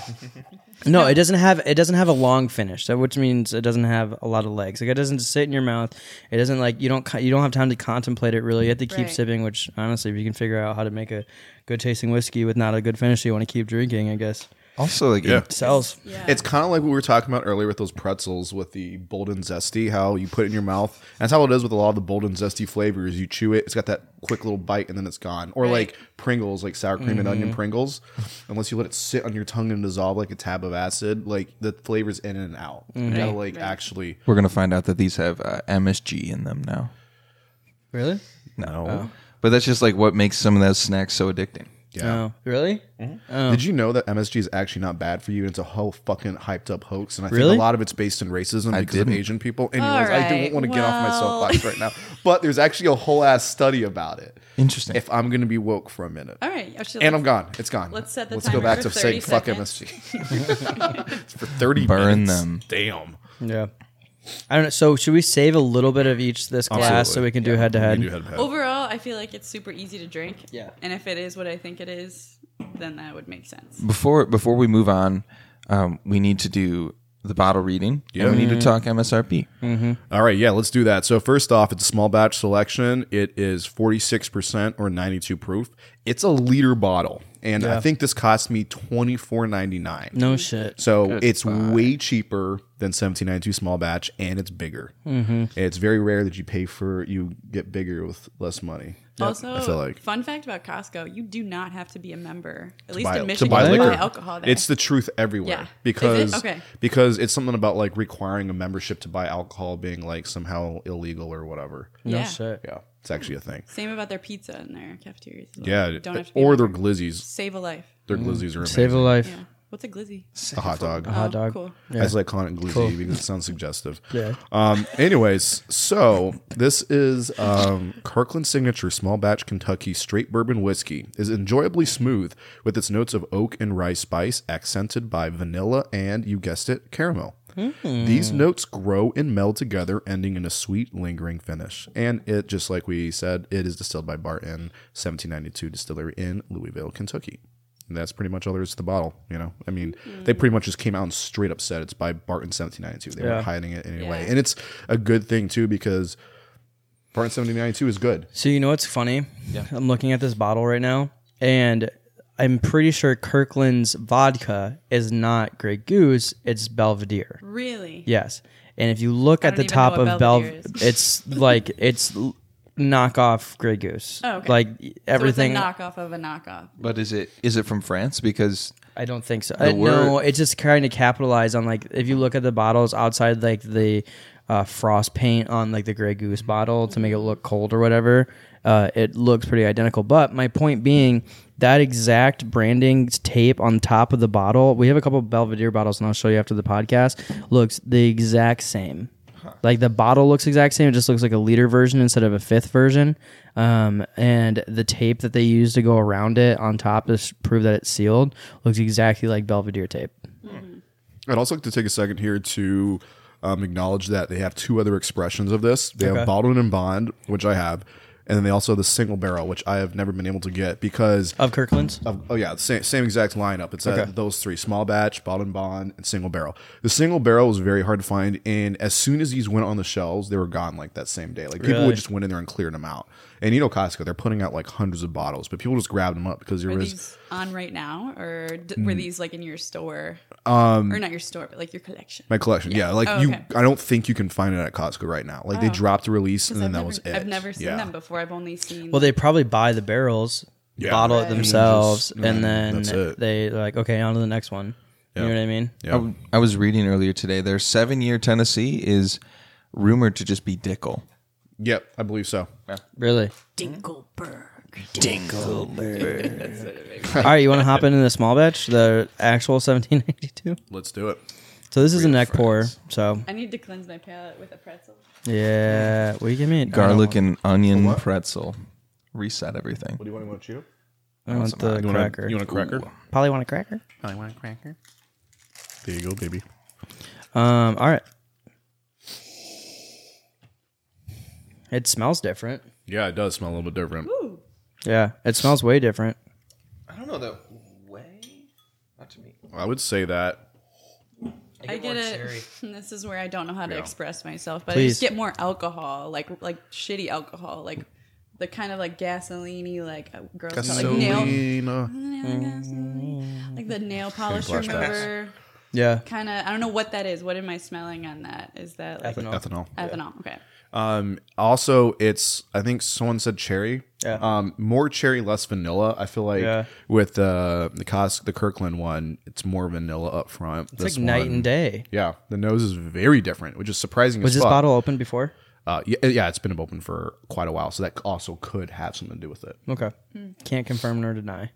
no, it doesn't have it doesn't have a long finish, so which means it doesn't have a lot of legs. Like it doesn't sit in your mouth. It doesn't like you don't co- you don't have time to contemplate it really. You have to keep
Right.
sipping. Which honestly, if you can figure out how to make a good tasting whiskey with not a good finish, you want to keep drinking. I guess
Also, like
Yeah.
it-
sells.
Yeah.
It's kind of like what we were talking about earlier with those pretzels with the bold and zesty, how you put it in your mouth. That's how it is with a lot of the bold and zesty flavors. You chew it, it's got that quick little bite, and then it's gone. Or like Pringles, like sour cream
Mm-hmm.
and onion Pringles. Unless you let it sit on your tongue and dissolve like a tab of acid, like the flavor's in and out. You gotta like actually.
we're gonna find out that these have uh, MSG in them now.
Really?
No.
Oh.
But that's just like what makes some of those snacks so addicting.
Yeah.
No. Really?
Oh.
Did you know that MSG is actually not bad for you? It's a whole fucking hyped up hoax, and I
Really?
think a lot of it's based in racism because of
didn't.
Asian people. Anyways, I
right,
don't want to get off my
well.
soapbox right now, but there's actually a whole ass study about it.
Interesting.
If I'm gonna be woke for a minute,
all right. Actually,
and I'm
let's-
gone, it's gone.
let's set the
let's
timer
go back
for
to
30
saying fuck
seconds.
MSG. it's for thirty.
Burn
minutes.
them.
Damn.
Mm-hmm. Yeah. I don't know. So should we save a little bit of each this class so
Absolutely.
we can do head to
You
head?
do head to head.
Overall, I feel like it's super easy to drink.
Yeah.
And if it is what I think it is, then that would make sense.
Before before we move on, um, we need to do the bottle reading. And we need to talk MSRP.
All right, yeah, let's do that. So first off, it's a small batch selection. It is 46% or 92 proof. It's a liter bottle, and I think this cost me 24.99.
Mm-hmm.
No shit.
So it's way cheaper than 1792 small batch, and it's bigger. It's very rare that you pay for you get bigger with less money.
Also,
I feel like.
fun fact about Costco: you do not have to be a member, at least
buy-
in Michigan,
to buy liquor.
alcohol there.
It's the truth everywhere
Yeah. Is it?
because
Okay.
because it's something about like requiring a membership to buy alcohol being like somehow illegal or whatever.
No
Yeah.
shit.
Yeah, it's actually a thing.
Same about their pizza in their cafeterias. as well.
Yeah,
don't have to be
or
a
their
member.
glizzies.
save a life.
Their glizzies are amazing.
Save a life.
Yeah. What's a glizzy?
a hot dog.
hot
dog.
Oh, Cool.
I just like calling it glizzy because it sounds suggestive.
Yeah.
Um, anyways, so this is um, Kirkland Signature Small Batch Kentucky Straight Bourbon Whiskey is enjoyably smooth with its notes of oak and rice spice accented by vanilla and, you guessed it, caramel. These notes grow and meld together, ending in a sweet, lingering finish. And it, just like we said, it is distilled by Barton 1792 Distillery in Louisville, Kentucky. And that's pretty much all there is to the bottle. You know, I mean, they pretty much just came out and straight up said it's by Barton 1792. They
Yeah.
were hiding it anyway,
Yeah.
and it's a good thing too because Barton 1792 is good.
So you know what's funny? Yeah. I'm looking at this bottle right now, and I'm pretty sure Kirkland's vodka is not Grey Goose; it's Belvedere.
Really?
Yes, and if you look at the
don't even
top
know what
of Belvedere,
Belvedere is.
it's like it's l- knockoff Grey Goose.
Oh, okay.
Like
Everything.
everything.
So it's a knockoff of a knockoff.
But is it is it from France? Because
I don't think so. I,
word-
no, it's just trying to capitalize on like if you look at the bottles outside, like the uh, frost paint on like the Grey Goose bottle to make it look cold or whatever. Uh, it looks pretty identical. But my point being that exact branding tape on top of the bottle. We have a couple Belvedere bottles, and I'll show you after the podcast. Looks the exact same. Like the bottle looks exact same. It just looks like a liter version instead of a fifth version. Um, and the tape that they use to go around it on top to s- prove that it's sealed looks exactly like Belvedere tape.
I'd also like to take a second here to um, acknowledge that they have two other expressions of this. They have bottled and bond, which I have, and then they also have the single barrel, which I have never been able to get because
Of Kirkland's?
of- oh yeah, the same, same exact lineup. It's uh, those three: small batch, bottle and bond, and single barrel. The single barrel was very hard to find, and as soon as these went on the shelves, they were gone like that same day. Like people
Really?
would just went in there and cleared them out. And you know Costco, they're putting out like hundreds of bottles, but people just grabbed them up because there
Are
was
these on right now, or d- were these like in your store? or not your store, but like your collection.
my collection. Yeah, like
Oh,
you,
okay. Oh.
I don't think you can find it at Costco right now. Like they dropped a release, and then
I've
that
never,
was it.
I've never seen
Yeah.
them before. I've only seen.
Well, they probably buy the barrels,
Yeah.
bottle
Right.
it themselves,
And then
and then
just- that's it.
they they're like, okay, on to the next one. You know what I mean?
I w- I was reading earlier today. Their seven-year Tennessee is rumored to just be Dickel.
Yep, I believe so.
Really?
Dinkelberg.
All right, you want to hop into the small batch, the actual 1792?
Let's do it.
So this is a neck pour. So
I need to cleanse my palate with a pretzel.
yeah, will you give me a
Garlic and onion pretzel. Reset everything.
do you want? You want to chew?
I want the
you
cracker.
Want a, you want a cracker?
Probably want a cracker.
I want a cracker. There you go, baby.
Um, all right. It smells different.
Yeah, it does smell a little bit different.
Ooh,
Yeah, it smells way different.
I don't know that way. Not to me.
I would say that.
I, get it. This is where I don't know how to express myself, but I
Please.
just get more alcohol, like like shitty alcohole, like the kind of like gasoline like uh, girls call it, like nail,
Gasolina.
nail gasoline. like the nail polish
flashbacks.
remover.
Yeah.
Kind of, I don't know what that is. What am I smelling on that? Is that like ethanol?
Ethanol.
Ethanol.
Okay.
Um, uh, also, it's I think someone said cherry.
Yeah.
Um, more cherry, less vanilla. I feel like
Yeah.
with uh, the Cos the Kirkland one, it's more vanilla up front.
It's like night and day.
Yeah, the nose is very different, which is surprising.
Was
as
this
fuck.
bottle open before?
Uh, yeah, yeah, it's been open for quite a while, so that also could have something to do with it.
Okay. Can't confirm nor deny.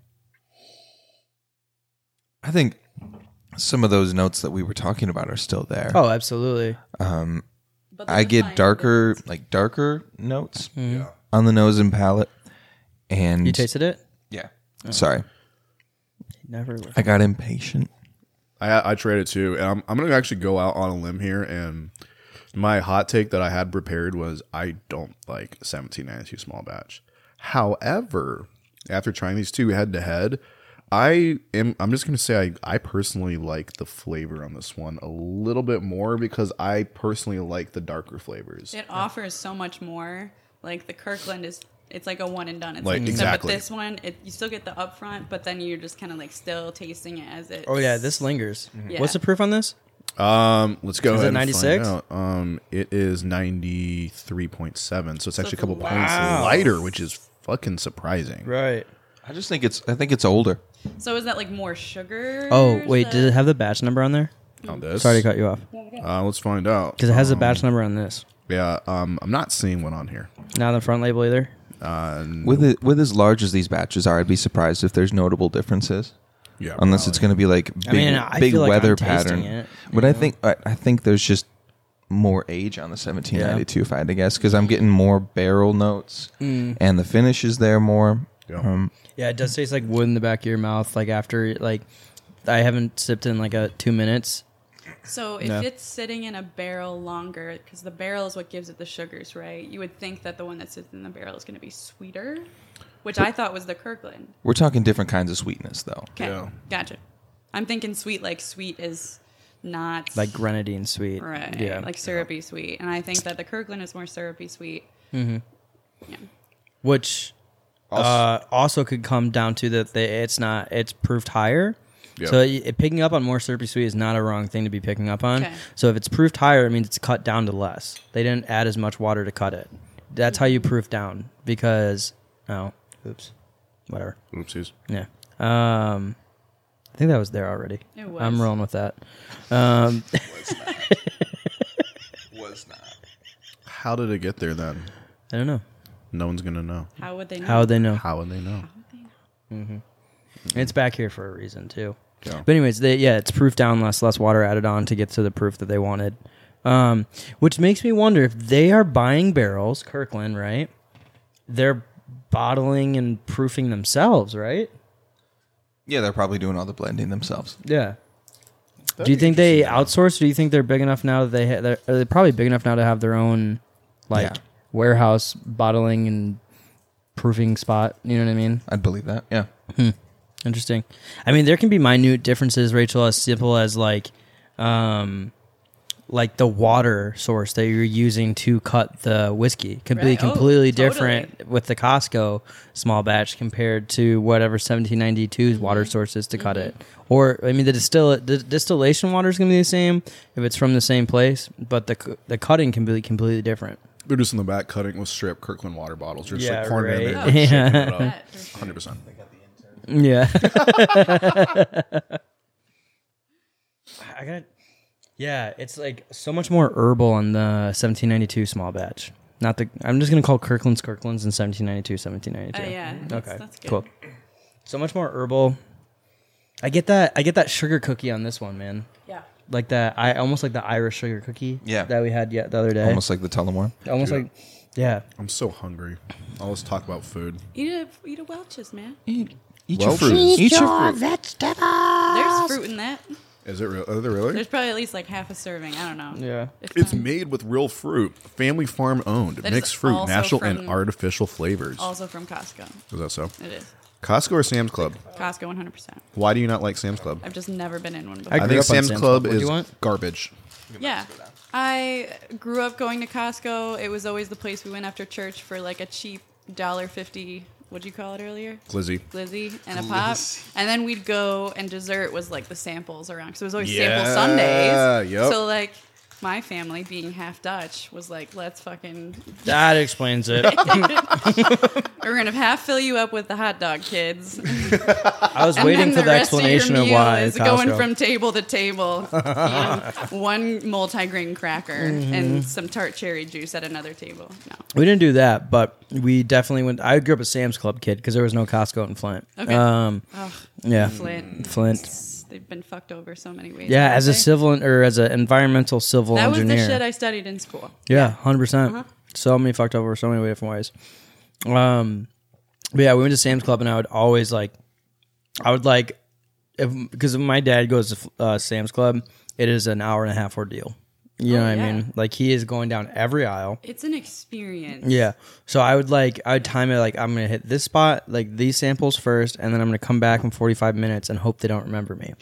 I think some of those notes that we were talking about are still there.
Oh, absolutely.
But
I
those are fine.
get darker, like darker notes
Yeah.
on the nose and palate. And
Mm-hmm. You tasted it? Oh.
yeah. Sorry,
Never.
I got impatient.
I I traded too, and I'm I'm gonna actually go out on a limb here, and my hot take that I had prepared was I don't like 1792 small batch. However, after trying these two head to head, I am I'm just gonna say I I personally like the flavor on this one a little bit more because I personally like the darker flavors.
It offers so much more. Like the Kirkland is, it's like a one and done. It's
Like,
like, so-
exactly.
But this one, it, you still get the upfront, but then you're just kind of like still tasting it as it.
Oh yeah, this lingers.
Mm-hmm.
Yeah.
What's the proof on this?
Um, let's go.
Is
ahead
it
and find
96?
out. Um, it is ninety three point seven, so it's actually a couple
it's
points
wow.
lighter, which is fucking surprising.
Right.
I just think it's. I think it's older.
So is that like more sugar?
Oh wait, did it have the batch number on there?
On this,
Sorry to cut you off
Uh, let's find out. Um,
because it has a batch number on this.
Yeah, um, I'm not seeing one on here.
Not on the front label either.
With it, with as large as these batches are, I'd be surprised if there's notable differences.
Yeah,
Unless it's going to be like big,
mean, I
big
feel like
weather
I'm tasting
pattern.
it,
but I think I, I think there's just more age on the 1792 if I had to guess because I'm getting more barrel notes
Mm.
and the finish is there more.
Yeah, it does taste like wood in the back of your mouth. Like after like, I haven't sipped in like a two minutes.
So if
No.
it's sitting in a barrel longer, because the barrel is what gives it the sugars, right? You would think that the one that sits in the barrel is going to be sweeter, which I thought was the Kirkland.
We're talking different kinds of sweetness though.
Okay,
Yeah.
gotcha. I'm thinking sweet, like sweet is not
Like grenadine sweet.
Right.
Yeah.
Like syrupy sweet. And I think that the Kirkland is more syrupy sweet.
which uh, also could come down to that they, it's not it's proofed higher.
Yeah.
So it, picking up on more syrupy sweet is not a wrong thing to be picking up on.
Okay.
So if it's proofed higher, it means it's cut down to less. They didn't add as much water to cut it. That's how you proof down because oh, oops, whatever.
Oopsies.
Yeah. Um, I think that was there already.
It was.
I'm rolling with that. Um,
Was not.
How did it get there then?
I don't know
No one's gonna know.
How would they know?
how would they know.
How would they know?
It's back here for a reason too.
Yeah.
But anyways, they, yeah, it's proof down less, less water added on to get to the proof that they wanted. Um, which makes me wonder if they are buying barrels, Kirkland, right? They're bottling and proofing themselves, right?
Yeah, they're probably doing all the blending themselves.
Yeah. do you think they outsource? Or do you think they're big enough now that they ha- they're, are they probably big enough now to have their own like
Yeah.
warehouse bottling and proofing spot. You know what I mean?
I'd believe that. Yeah.
Interesting. I mean, there can be minute differences, Rachel, as simple as like, um, like the water source that you're using to cut the whiskey can be
Right. Oh,
completely
totally.
different with the Costco small batch compared to whatever 1792's
Mm-hmm.
water source is to cut it. Or I mean, the distill the distillation water is going to be the same if it's from the same place, but the c- the cutting can be completely different.
They're just in the back cutting with strip Kirkland water bottles. You're just
Yeah,
like pouring it in
Oh,
right.
there. and
Yeah.
shaking it up.
That for sure.
100%.
Yeah. I got Yeah, it's like so much more herbal on the 1792 small batch. Not the I'm just going to call Kirkland's Kirkland's and 1792 1792.
Oh, yeah. That's-
Mm-hmm. Okay.
that's good.
Cool. So much more herbal. I get that I get that sugar cookie on this one, man.
Yeah.
Like that I almost like the Irish sugar cookie
Yeah.
that we had yet the other day. Almost,
Almost like the Tullamore.
like yeah.
I'm so hungry. I'll just talk about food.
Eat a eat a Welch's, man.
Eat, eat
Well,
your fruit.
fruit.
Eat your fruit.
There's fruit in that.
Is it real? Are they really?
There's probably at least like half a serving. I don't know.
Yeah.
If
It's
not,
made with real fruit, family farm owned,
That is
mixed fruit,
also
natural
from-
and artificial flavors.
also from Costco.
Is that so?
It is.
Costco or Sam's Club?
Costco 100%.
Why do you not like Sam's Club?
I've just never been in one before.
I grew
I think
up on
Sam's,
Sam's Club.
Club
What do
is
you want?
garbage.
Yeah. I grew up going to Costco. It was always the place we went after church for like a cheap dollar fifty. What'd you call it earlier?
Glizzy.
Glizzy and a pop, and then we'd go and dessert was like the samples around because it was always
Yeah,
sample Sundays.
yup.
So like my family being half Dutch was like, let's fucking
That explains it.
we're gonna half fill you up with the hot dog, kids. And
I was
then
waiting for the,
rest your
explanation of
meal
why
is going
Costco-
from table to table. eating one multigrain cracker
Mm-hmm.
and some tart cherry juice at another table. No.
We didn't do that, but we definitely went. I grew up a Sam's Club kid because there was no Costco in Flint.
Okay.
Um,
Ugh,
yeah.
Flint.
Flint.
They've been fucked over so many ways.
Yeah,
haven't
as a
they?
civil or as an environmental civil
That was
engineer.
the shit I Uh-huh. studied in school.
yeah, hundred percent. So many fucked over so many different ways. Um, but yeah, we went to Sam's Club, and I would always like, I would like, if because when my dad goes to uh, Sam's Club, it is an hour and a half ordeal. You know what I
Oh, yeah.
mean? Like he is going down every aisle.
It's an experience.
Yeah. So I would like I would time it like I'm gonna hit this spot, like these samples first, and then I'm gonna come back in 45 minutes and hope they don't remember me.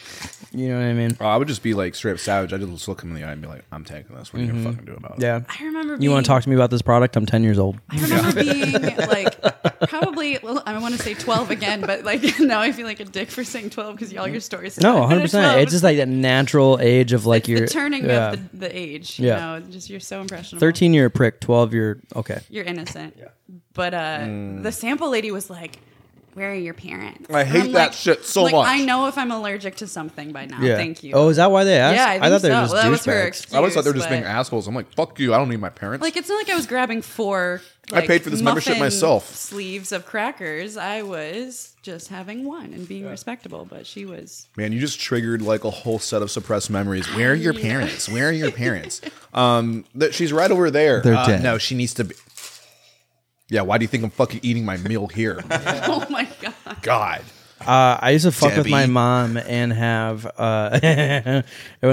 You know what I mean?
Oh, I would just be like straight up savage. I'd just look him in the eye and be like, I'm taking this. What are you going to fucking do about it?
Mm-hmm. Yeah.
I remember being,
You want to talk to me about this product? I'm 10 years old.
I remember being like probably well, I want to say 12 again, but like now I feel like a dick for saying 12 because all your stories.
No,
start at
100. percent
12.
It's just like that natural age of like
the
your
turning
yeah.
of the, the age. You
Yeah.
know, just you're so impressionable.
13 year prick, 12 year okay.
You're innocent. But uh, the sample lady was like, "Where are your parents?"
Mm. I
And
hate
I'm
that shit so
like,
much.
I know if I'm allergic to something by now.
Yeah.
Thank you.
Oh, is that why they asked?
yeah, I, think
thought they were
so.
just
Well, that was her
douchebags.
excuse.
I always thought they were just
but-
being assholes. I'm like, fuck you. I don't need my parents.
Like it's not like I was grabbing four. Like,
paid for this membership
muffin
myself.
Sleeves of crackers. I was just having one and being respectable, but she was.
Man, you just triggered like a whole set of suppressed memories. Where are your parents? Where are your parents? um, that she's right over there.
They're
Uh,
dead.
No, she needs to be. Yeah, why do you think I'm fucking eating my meal here?
Oh my god!
God.
Uh, I used to fuck with
Debbie.
my mom and have uh, when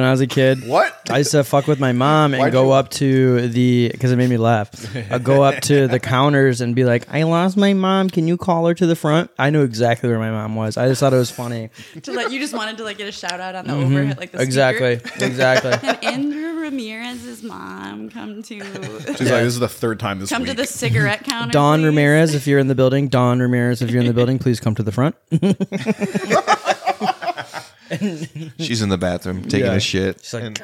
I was a kid.
What?
I used to fuck with my mom and
Why'd
go
you-
up to the because it made me laugh. I'd go up to the counters and be like, "I lost my mom. Can you call her to the front?" I knew exactly where my mom was. I just thought it was funny.
to let you just wanted to like get a shout out on the overhead, like the
exactly,
speaker.
exactly.
Can Andrew Ramirez's mom come to
She's like, this is the third time this
come
week.
to the cigarette counter?
Don
please?
Ramirez, if you're in the building, Don Ramirez, if you're in the building, please come to the front.
She's in the bathroom taking
Yeah.
a shit.
She's like,
And-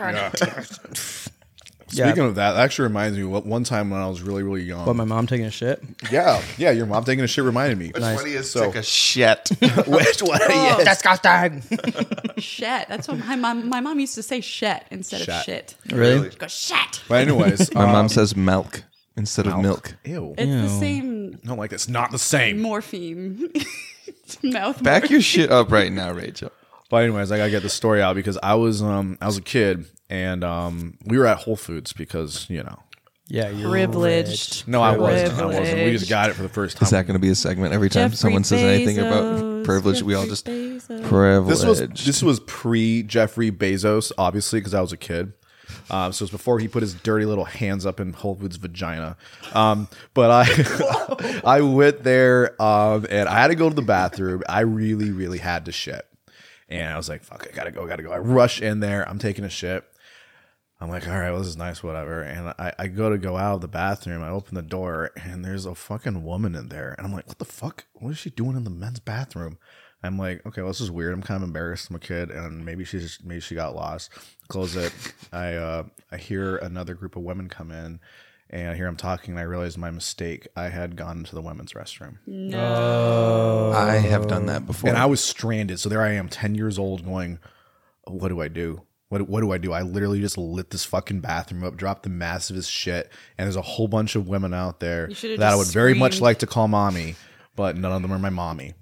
yeah,
Speaking of that, that actually reminds me of one time when I was really, really young.
my mom taking a shit.
yeah, yeah, your mom taking a shit reminded me.
Funny as
So-
take a shit.
Which one? Yes.
Disgusting.
Shet. That's what my mom. My mom used to say shet instead of
Shet.
shit.
Really?
Go shet.
But anyways,
My
um,
mom says milk instead of milk.
ew.
It's the same
I don't like this. Not the same.
morpheme. Mouth.
Back your shit up right now, Rachel.
But anyways, I gotta get the story out because I was um I was a kid and um we were at Whole Foods because you know
Yeah, you're
privileged.
no I wasn't I wasn't we just got it for the first time.
Is that going to be a segment every time
Jeffrey
someone says anything about
Bezos,
privilege? We all just
Bezos.
privilege.
This was this was pre Jeffrey Bezos obviously because I was a kid. Um, so it's before he put his dirty little hands up in Whole Foods' vagina. Um, but I, I went there um, and I had to go to the bathroom. I really, really had to shit, and I was like, "Fuck, I gotta go, gotta go." I rush in there. I'm taking a shit. I'm like, all right, well, this is nice, whatever. And I, I go to go out of the bathroom. I open the door, and there's a fucking woman in there. And I'm like, what the fuck? What is she doing in the men's bathroom? I'm like, okay, well, this is weird. I'm kind of embarrassed. I'm a kid, and maybe she's just, maybe she got lost. Close it. I uh, I hear another group of women come in, and I hear them talking. And I realize my mistake. I had gone to the women's restroom.
I have done that before.
And I was stranded. So there I am, 10 years old, going, what do I do? What, what do I do? I literally just lit this fucking bathroom up, dropped the massivest shit, and there's a whole bunch of women out there
You should've
that I would
just
very much
screamed.
like to call mommy, but none of them are my mommy.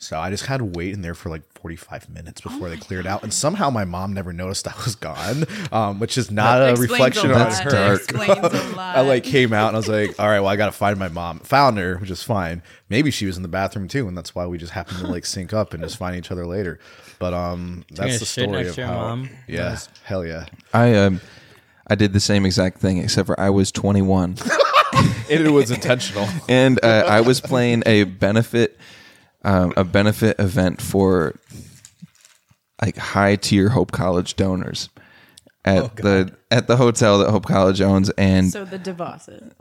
So I just had to wait in there for like 45 minutes
Oh
before they cleared out, and somehow my mom never noticed I was gone, um, which is not a
Explains
reflection
a
on
lot.
That's
her.
dark.
Explains a lot.
I like came out and I was like, all right, well, I got to find my mom. Found her, which is fine. Maybe she was in the bathroom too, and that's why we just happened to like sync up and just find each other later. But um,
a
that's the
shit
story
next
of
to your
how.
mom?
Yeah, hell yeah.
I um, I did the same exact thing except for I was 21
It was intentional.
and uh, I was playing a benefit um, a benefit event for like high tier Hope College donors at the at the hotel that Hope College owns and
So the DeVosses.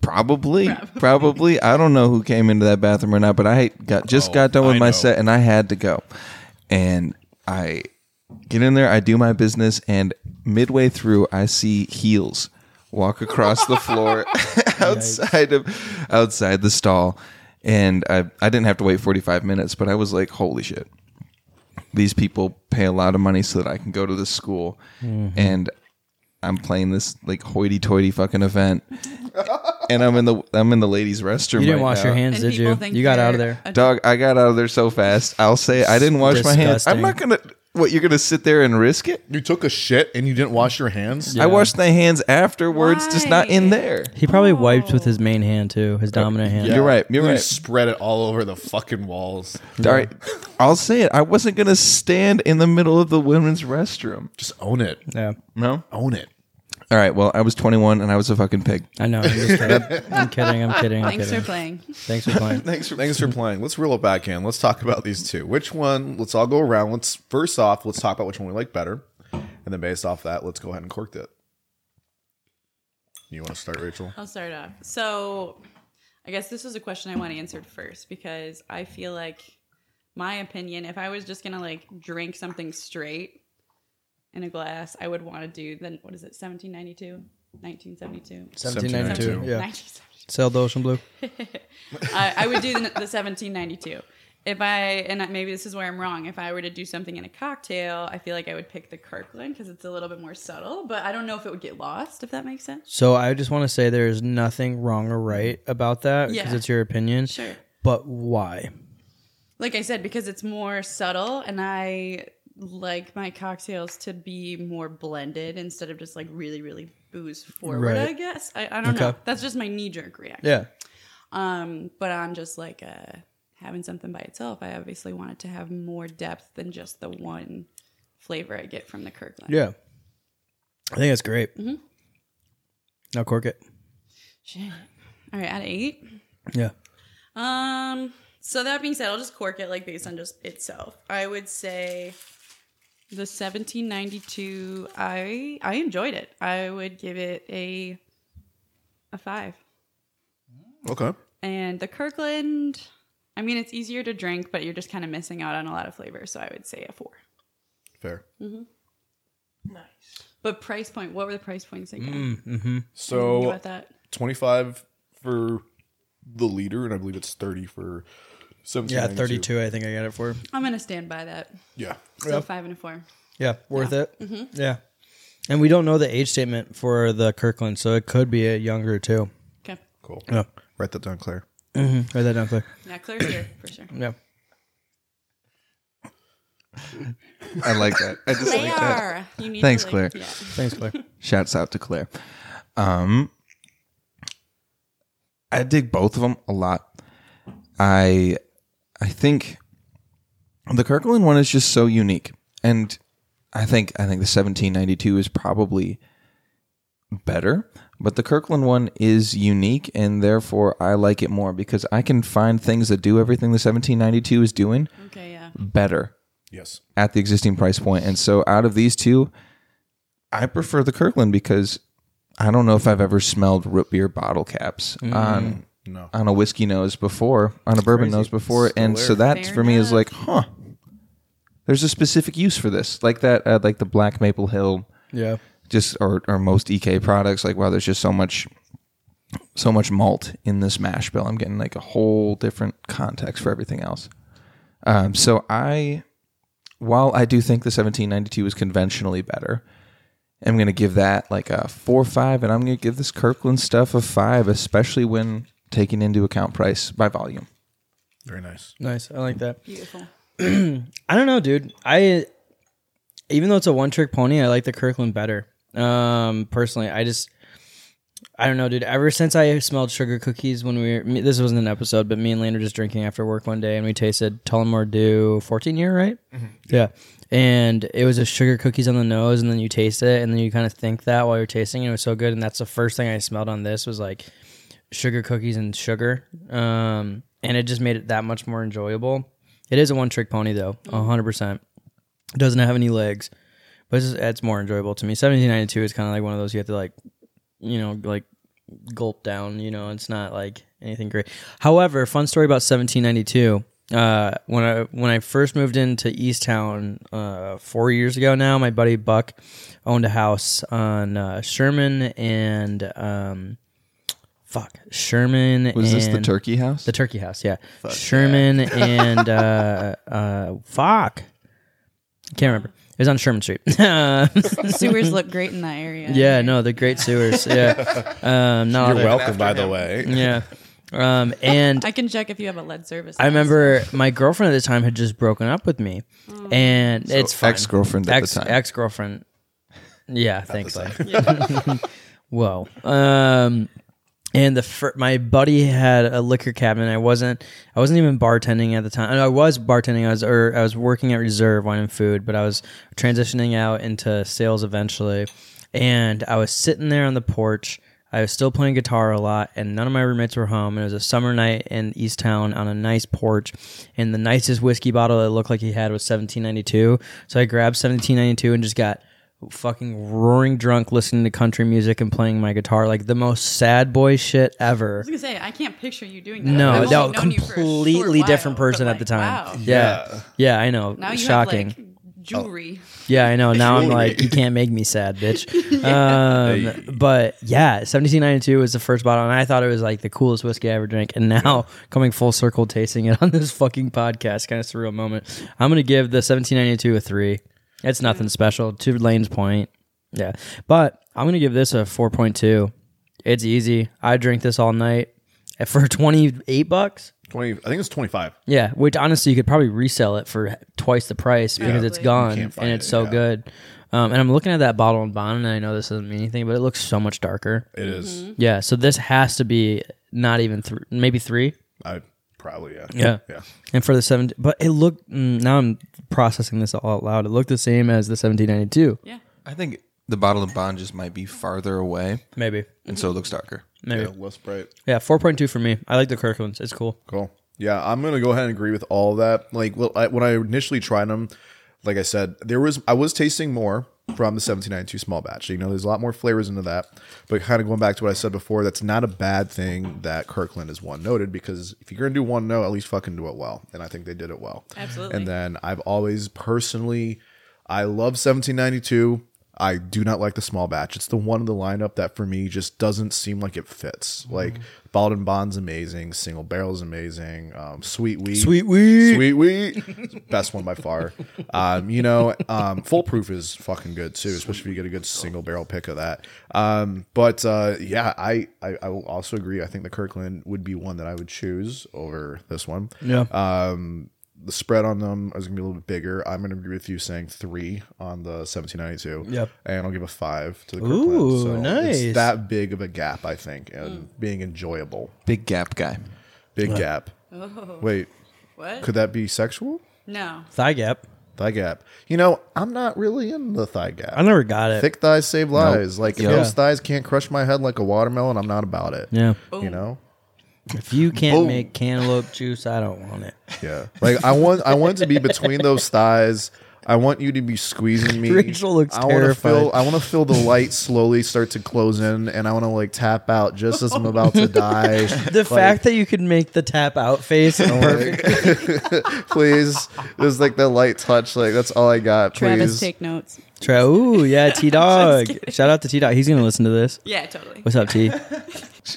Probably, probably, I don't know who came into that bathroom or not, but I got just got done with
Oh, I
my
know.
set and I had to go. And I get in there, I do my business, and midway through, I see heels walk across the floor outside of outside the stall, and I I didn't have to wait forty five minutes, but I was like, holy shit, these people pay a lot of money so that I can go to this school,
Mm-hmm.
and I'm playing this like hoity-toity fucking event, and I'm in the I'm in the ladies' restroom.
You didn't
right
wash
now.
uh,
your hands, did you? You got out of there.
dog. I got out of there so fast. I'll say I didn't wash my hands. I'm not gonna. What you're gonna sit there and risk it?
You took a shit and you didn't wash your hands.
I washed my hands afterwards, just not
Why?
in there.
He probably wiped
Oh.
with his main hand too, his dominant hand.
You're right. You're
You
right.
spread it all over the fucking walls.
All right. I'll say it. I wasn't gonna stand in the middle of the women's restroom.
Just own it.
Yeah,
No.
Own it.
All right. Well, I was 21 and I was a fucking pig.
I know. I'm, just kidding. I'm kidding. I'm kidding. I'm
Thanks for
kidding.
playing.
Thanks for playing.
Thanks for thanks for playing. Let's reel it back in. Let's talk about these two. Which one? Let's all go around. Let's first off, let's talk about which one we like better, and then based off that, let's go ahead and cork it. You want to start, Rachel?
I'll start off. So, I guess this is a question I want answered first because I feel like my opinion, if I was just gonna like drink something straight in a glass, I would want to do then what is it, 1792, 1972,
1792.
1792.
Yeah.
1972.
Sailed the ocean blue.
I, I would do the, the 1792. If I and I- maybe this is where I'm wrong. If I were to do something in a cocktail, I feel like I would pick the Kirkland because it's a little bit more subtle. But I don't know if it would get lost. If that makes sense.
So I just want to say there is nothing wrong or right about that because
Yeah.
it's your opinion.
Sure.
But why?
Like I said, because it's more subtle, and I like my cocktails to be more blended instead of just like really, really booze forward.
Right.
I guess I, I don't know.
Okay.
That's just my knee jerk reaction.
Yeah.
Um, but I'm just like uh, having something by itself. I obviously wanted to have more depth than just the one flavor I get from the Kirkland.
Yeah. I think that's great.
Mm-hmm.
Now cork it.
Shit. All right, out of eight.
Yeah.
Um, so that being said, I'll just cork it like based on just itself. I would say the 1792. I I enjoyed it. I would give it a a five.
Okay.
And the Kirkland. I mean, it's easier to drink, but you're just kind of missing out on a lot of flavor. So I would say a four.
Fair.
But price point, what were the price points
Mm.
again?
Oh.
Think
So
about that.
25 for the leader, and I believe it's 30 for 17.
Yeah. 32, I think I got it for.
I'm gonna stand by that.
Yeah.
So five and a four.
Yeah. Worth it.
Mm-hmm.
Yeah. And we don't know the age statement for the Kirkland, so it could be a younger too.
Okay.
Cool.
Yeah.
Write that down, Claire.
Write that down, Claire.
Yeah, Claire's here for sure.
Yeah.
I like that. I just like that.
Claire, you need
Thanks,
to,
Claire.
Yeah.
Thanks, Claire.
Shouts out to Claire. Um, I dig both of them a lot. I I think the Kirkland one is just so unique, and I think I think the 1792 is probably better, but the Kirkland one is unique and therefore I like it more because I can find things that do everything the 1792 is doing
Okay, yeah.
better
Yes.
at the existing price point. And so out of these two, I prefer the Kirkland because I don't know if I've ever smelled root beer bottle caps on
Mm-hmm. No.
on a whiskey nose before, on a bourbon
crazy.
nose before,
Still
and so
there.
that
Fair
for me is
enough.
like, huh. There's a specific use for this, like that, uh, like the Black Maple Hill,
Yeah.
just or or most EK products. Like wow, there's just so much, so much malt in this mash bill. I'm getting like a whole different context for everything else. Um, so I, while I do think the 1792 is conventionally better, I'm going to give that like a four or five, and I'm going to give this Kirkland stuff a five, especially when taking into account price by volume.
Very nice.
Nice. I like that.
Beautiful.
I don't know, dude. I even though it's a one trick pony, I like the Kirkland better. Um, personally, I just I don't know, dude. Ever since I smelled sugar cookies when we were me- this wasn't an episode, but me and Lane were just drinking after work one day, and we tasted Tullamore Dew 14 year, right? Yeah, and it was a sugar cookies on the nose, and then you taste it, and then you kind of think that while you're tasting, it, it was so good, and that's the first thing I smelled on this was like sugar cookies and sugar. Um, and it just made it that much more enjoyable. It is a one trick pony though, hundred percent. It doesn't have any legs, but it's, just, it's more enjoyable to me. Seventeen ninety two is kind of like one of those you have to like, you know, like gulp down. You know, it's not like anything great. However, fun story about seventeen ninety two. Uh, when I when I first moved into East Town uh, four years ago now, my buddy Buck owned a house on uh, Sherman and um, fuck Sherman.
Was this the
and-
turkey house?
the turkey house, yeah. Sherman and uh, uh, fuck, can't remember. It was on Sherman Street. Uh,
Sewers look great in that area.
yeah, no, the great sewers. Yeah, um, not all
You're
the-
welcome, by the way.
Yeah, um, and
I can check if you have a lead service.
I remember my girlfriend at the time had just broken up with me, and it's fine.
ex-girlfriend at the
ex
time.
ex girlfriend. Yeah, thankfully. Whoa. Um, and the fir- my buddy had a liquor cabinet. I wasn't I wasn't even bartending at the time. I was bartending. I was or I was working at Reserve Wine and Food, but I was transitioning out into sales eventually. And I was sitting there on the porch. I was still playing guitar a lot, and none of my roommates were home. And it was a summer night in East Town on a nice porch, and the nicest whiskey bottle it looked like he had was 1792. So I grabbed 1792 and just got fucking roaring drunk listening to country music and playing my guitar like the most sad boy shit ever
I was gonna say I can't picture you doing that.
no
I've only
no
known you for a short
completely
while,
different person
but,
at the
like,
time
wow.
yeah. yeah i know
Now you
shocking
have like jewelry.
yeah i know now i'm like you can't make me sad bitch um, but yeah 1792 was the first bottle and i thought it was like the coolest whiskey i ever drank and now coming full circle tasting it on this fucking podcast kind of surreal moment i'm gonna give the 1792 a three it's nothing
Mm.
special to lane's point yeah but i'm gonna give this a 4.2 it's easy i drink this all night for 28 bucks
20, I think it's 25.
yeah, which honestly, you could probably resell it for twice the price because it's
Probably.
gone and
You can't find
it's
it,
so
yeah.
good. Um, and I'm looking at that bottle and bond, and I know this doesn't mean anything, but it looks so much darker.
It is.
Mm-hmm.
Yeah, so this has to be not even thr maybe three.
I probably, yeah.
Yeah.
Yeah.
And for the seven, but it looked. mm, Now I'm processing this all out loud. It looked the same as the 1792.
Yeah.
I think the bottle of bond just might be farther away,
Maybe,
and so it looks darker.
maybe.
Yeah,
Yeah,
less bright.
4.2 for me. I like the Kirklands. It's cool.
Cool. Yeah, I'm gonna go ahead and agree with all that. Like, well, I, when I initially tried them, like I said, there was I was tasting more from the 1792 small batch. You know, there's a lot more flavors into that. But kind of going back to what I said before, that's not a bad thing that Kirkland is one noted because if you're gonna do one note, at least fucking do it well. And I think they did it well.
Absolutely.
And then I've always personally, I love 1792. I do not like the small batch. It's the one in the lineup that for me just doesn't seem like it fits.
Mm-hmm.
Like Bald and Bond's amazing, Single Barrel's amazing, um, Sweet Wheat,
Sweet Wheat.
Sweet Wheat, best one by far. Um, you know, um, Full Proof is fucking good too, especially if you get a good single barrel pick of that. Um, but uh, yeah, I, I I will also agree. I think the Kirkland would be one that I would choose over this one
Yeah.
the spread on them is gonna be a little bit bigger. I'm gonna agree with you saying three on the 1792.
Yep.
And I'll give a five to the
Ooh,
Kirkland. So
nice.
It's that big of a gap, I think, and being enjoyable.
Big gap guy.
Big gap.
Oh,
Wait,
what?
could that be sexual?
No.
Thigh gap.
Thigh gap. You know, I'm not really in the thigh gap.
I never got it.
Thick thighs save lives. Like if
Yeah.
those thighs can't crush my head like a watermelon, I'm not about it.
Yeah.
You know?
If you can't
Boom.
make cantaloupe juice, I don't want it.
Yeah. Like I want I want to be between those thighs. I want you to be squeezing me.
Rachel looks
I wanna
terrified.
feel I want to feel the light slowly start to close in and I want to like tap out just as I'm about to die.
The fact that you could make the tap out face is perfect.
please. There's like the light touch like that's all I got. Please.
Travis, take notes.
Try, ooh, yeah, T Dog.
kidding.
Shout out to T Dog. He's gonna listen to this.
Yeah, totally.
What's up, T?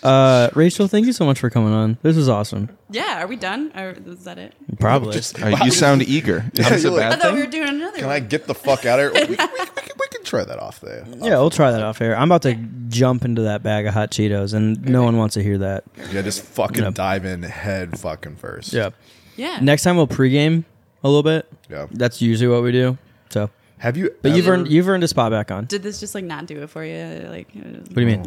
Uh, Rachel, thank you so much for coming on. This was awesome.
Yeah, are we done? Or is that it?
Probably.
All right, you sound eager. Is this a
you're like-
I
bad
thought we
thing?
were doing another.
Can
one.
I get the fuck out of here? We, we, we, can- we can try that off there.
yeah, we'll try that off air. I'm about to jump into that bag of hot Cheetos, and no one wants to hear that.
Yeah, just fucking dive in head fucking first.
Yeah.
Yeah.
Next time we'll pregame a little bit.
Yeah.
That's usually what we do. So,
Have you?
but you've
ever-
earned you've earned a spot back on. What
Did this just like not do it for you? Like,
do you mean?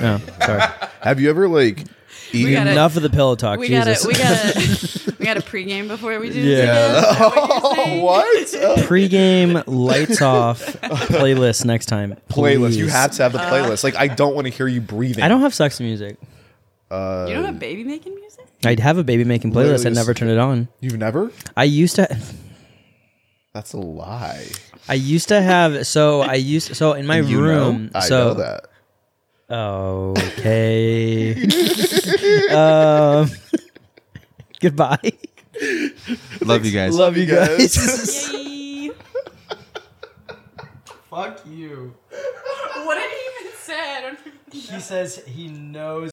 No, Oh, sorry.
Have you ever like eaten?
gotta-
Enough of the pillow talk.
we
Jesus.
gotta, we gotta, we gotta pregame before we do. This
Yeah.
again? Is that what you're saying?
what
Pre-game lights off playlist next time.
playlist? You
please.
have to have
Uh,
the playlist. Like I don't want to hear you breathing.
I don't have sex music.
You don't have baby making music?
I would have a baby making playlist. I
Literally
never
just-
turned it on.
You've never?
I used to.
That's a lie.
I used to have. So I used. So in my
You know?
room.
I
so
know that.
okay. um, goodbye.
Love you guys.
Love you guys.
Yay.
Fuck you.
what did he even say? I don't
He says he knows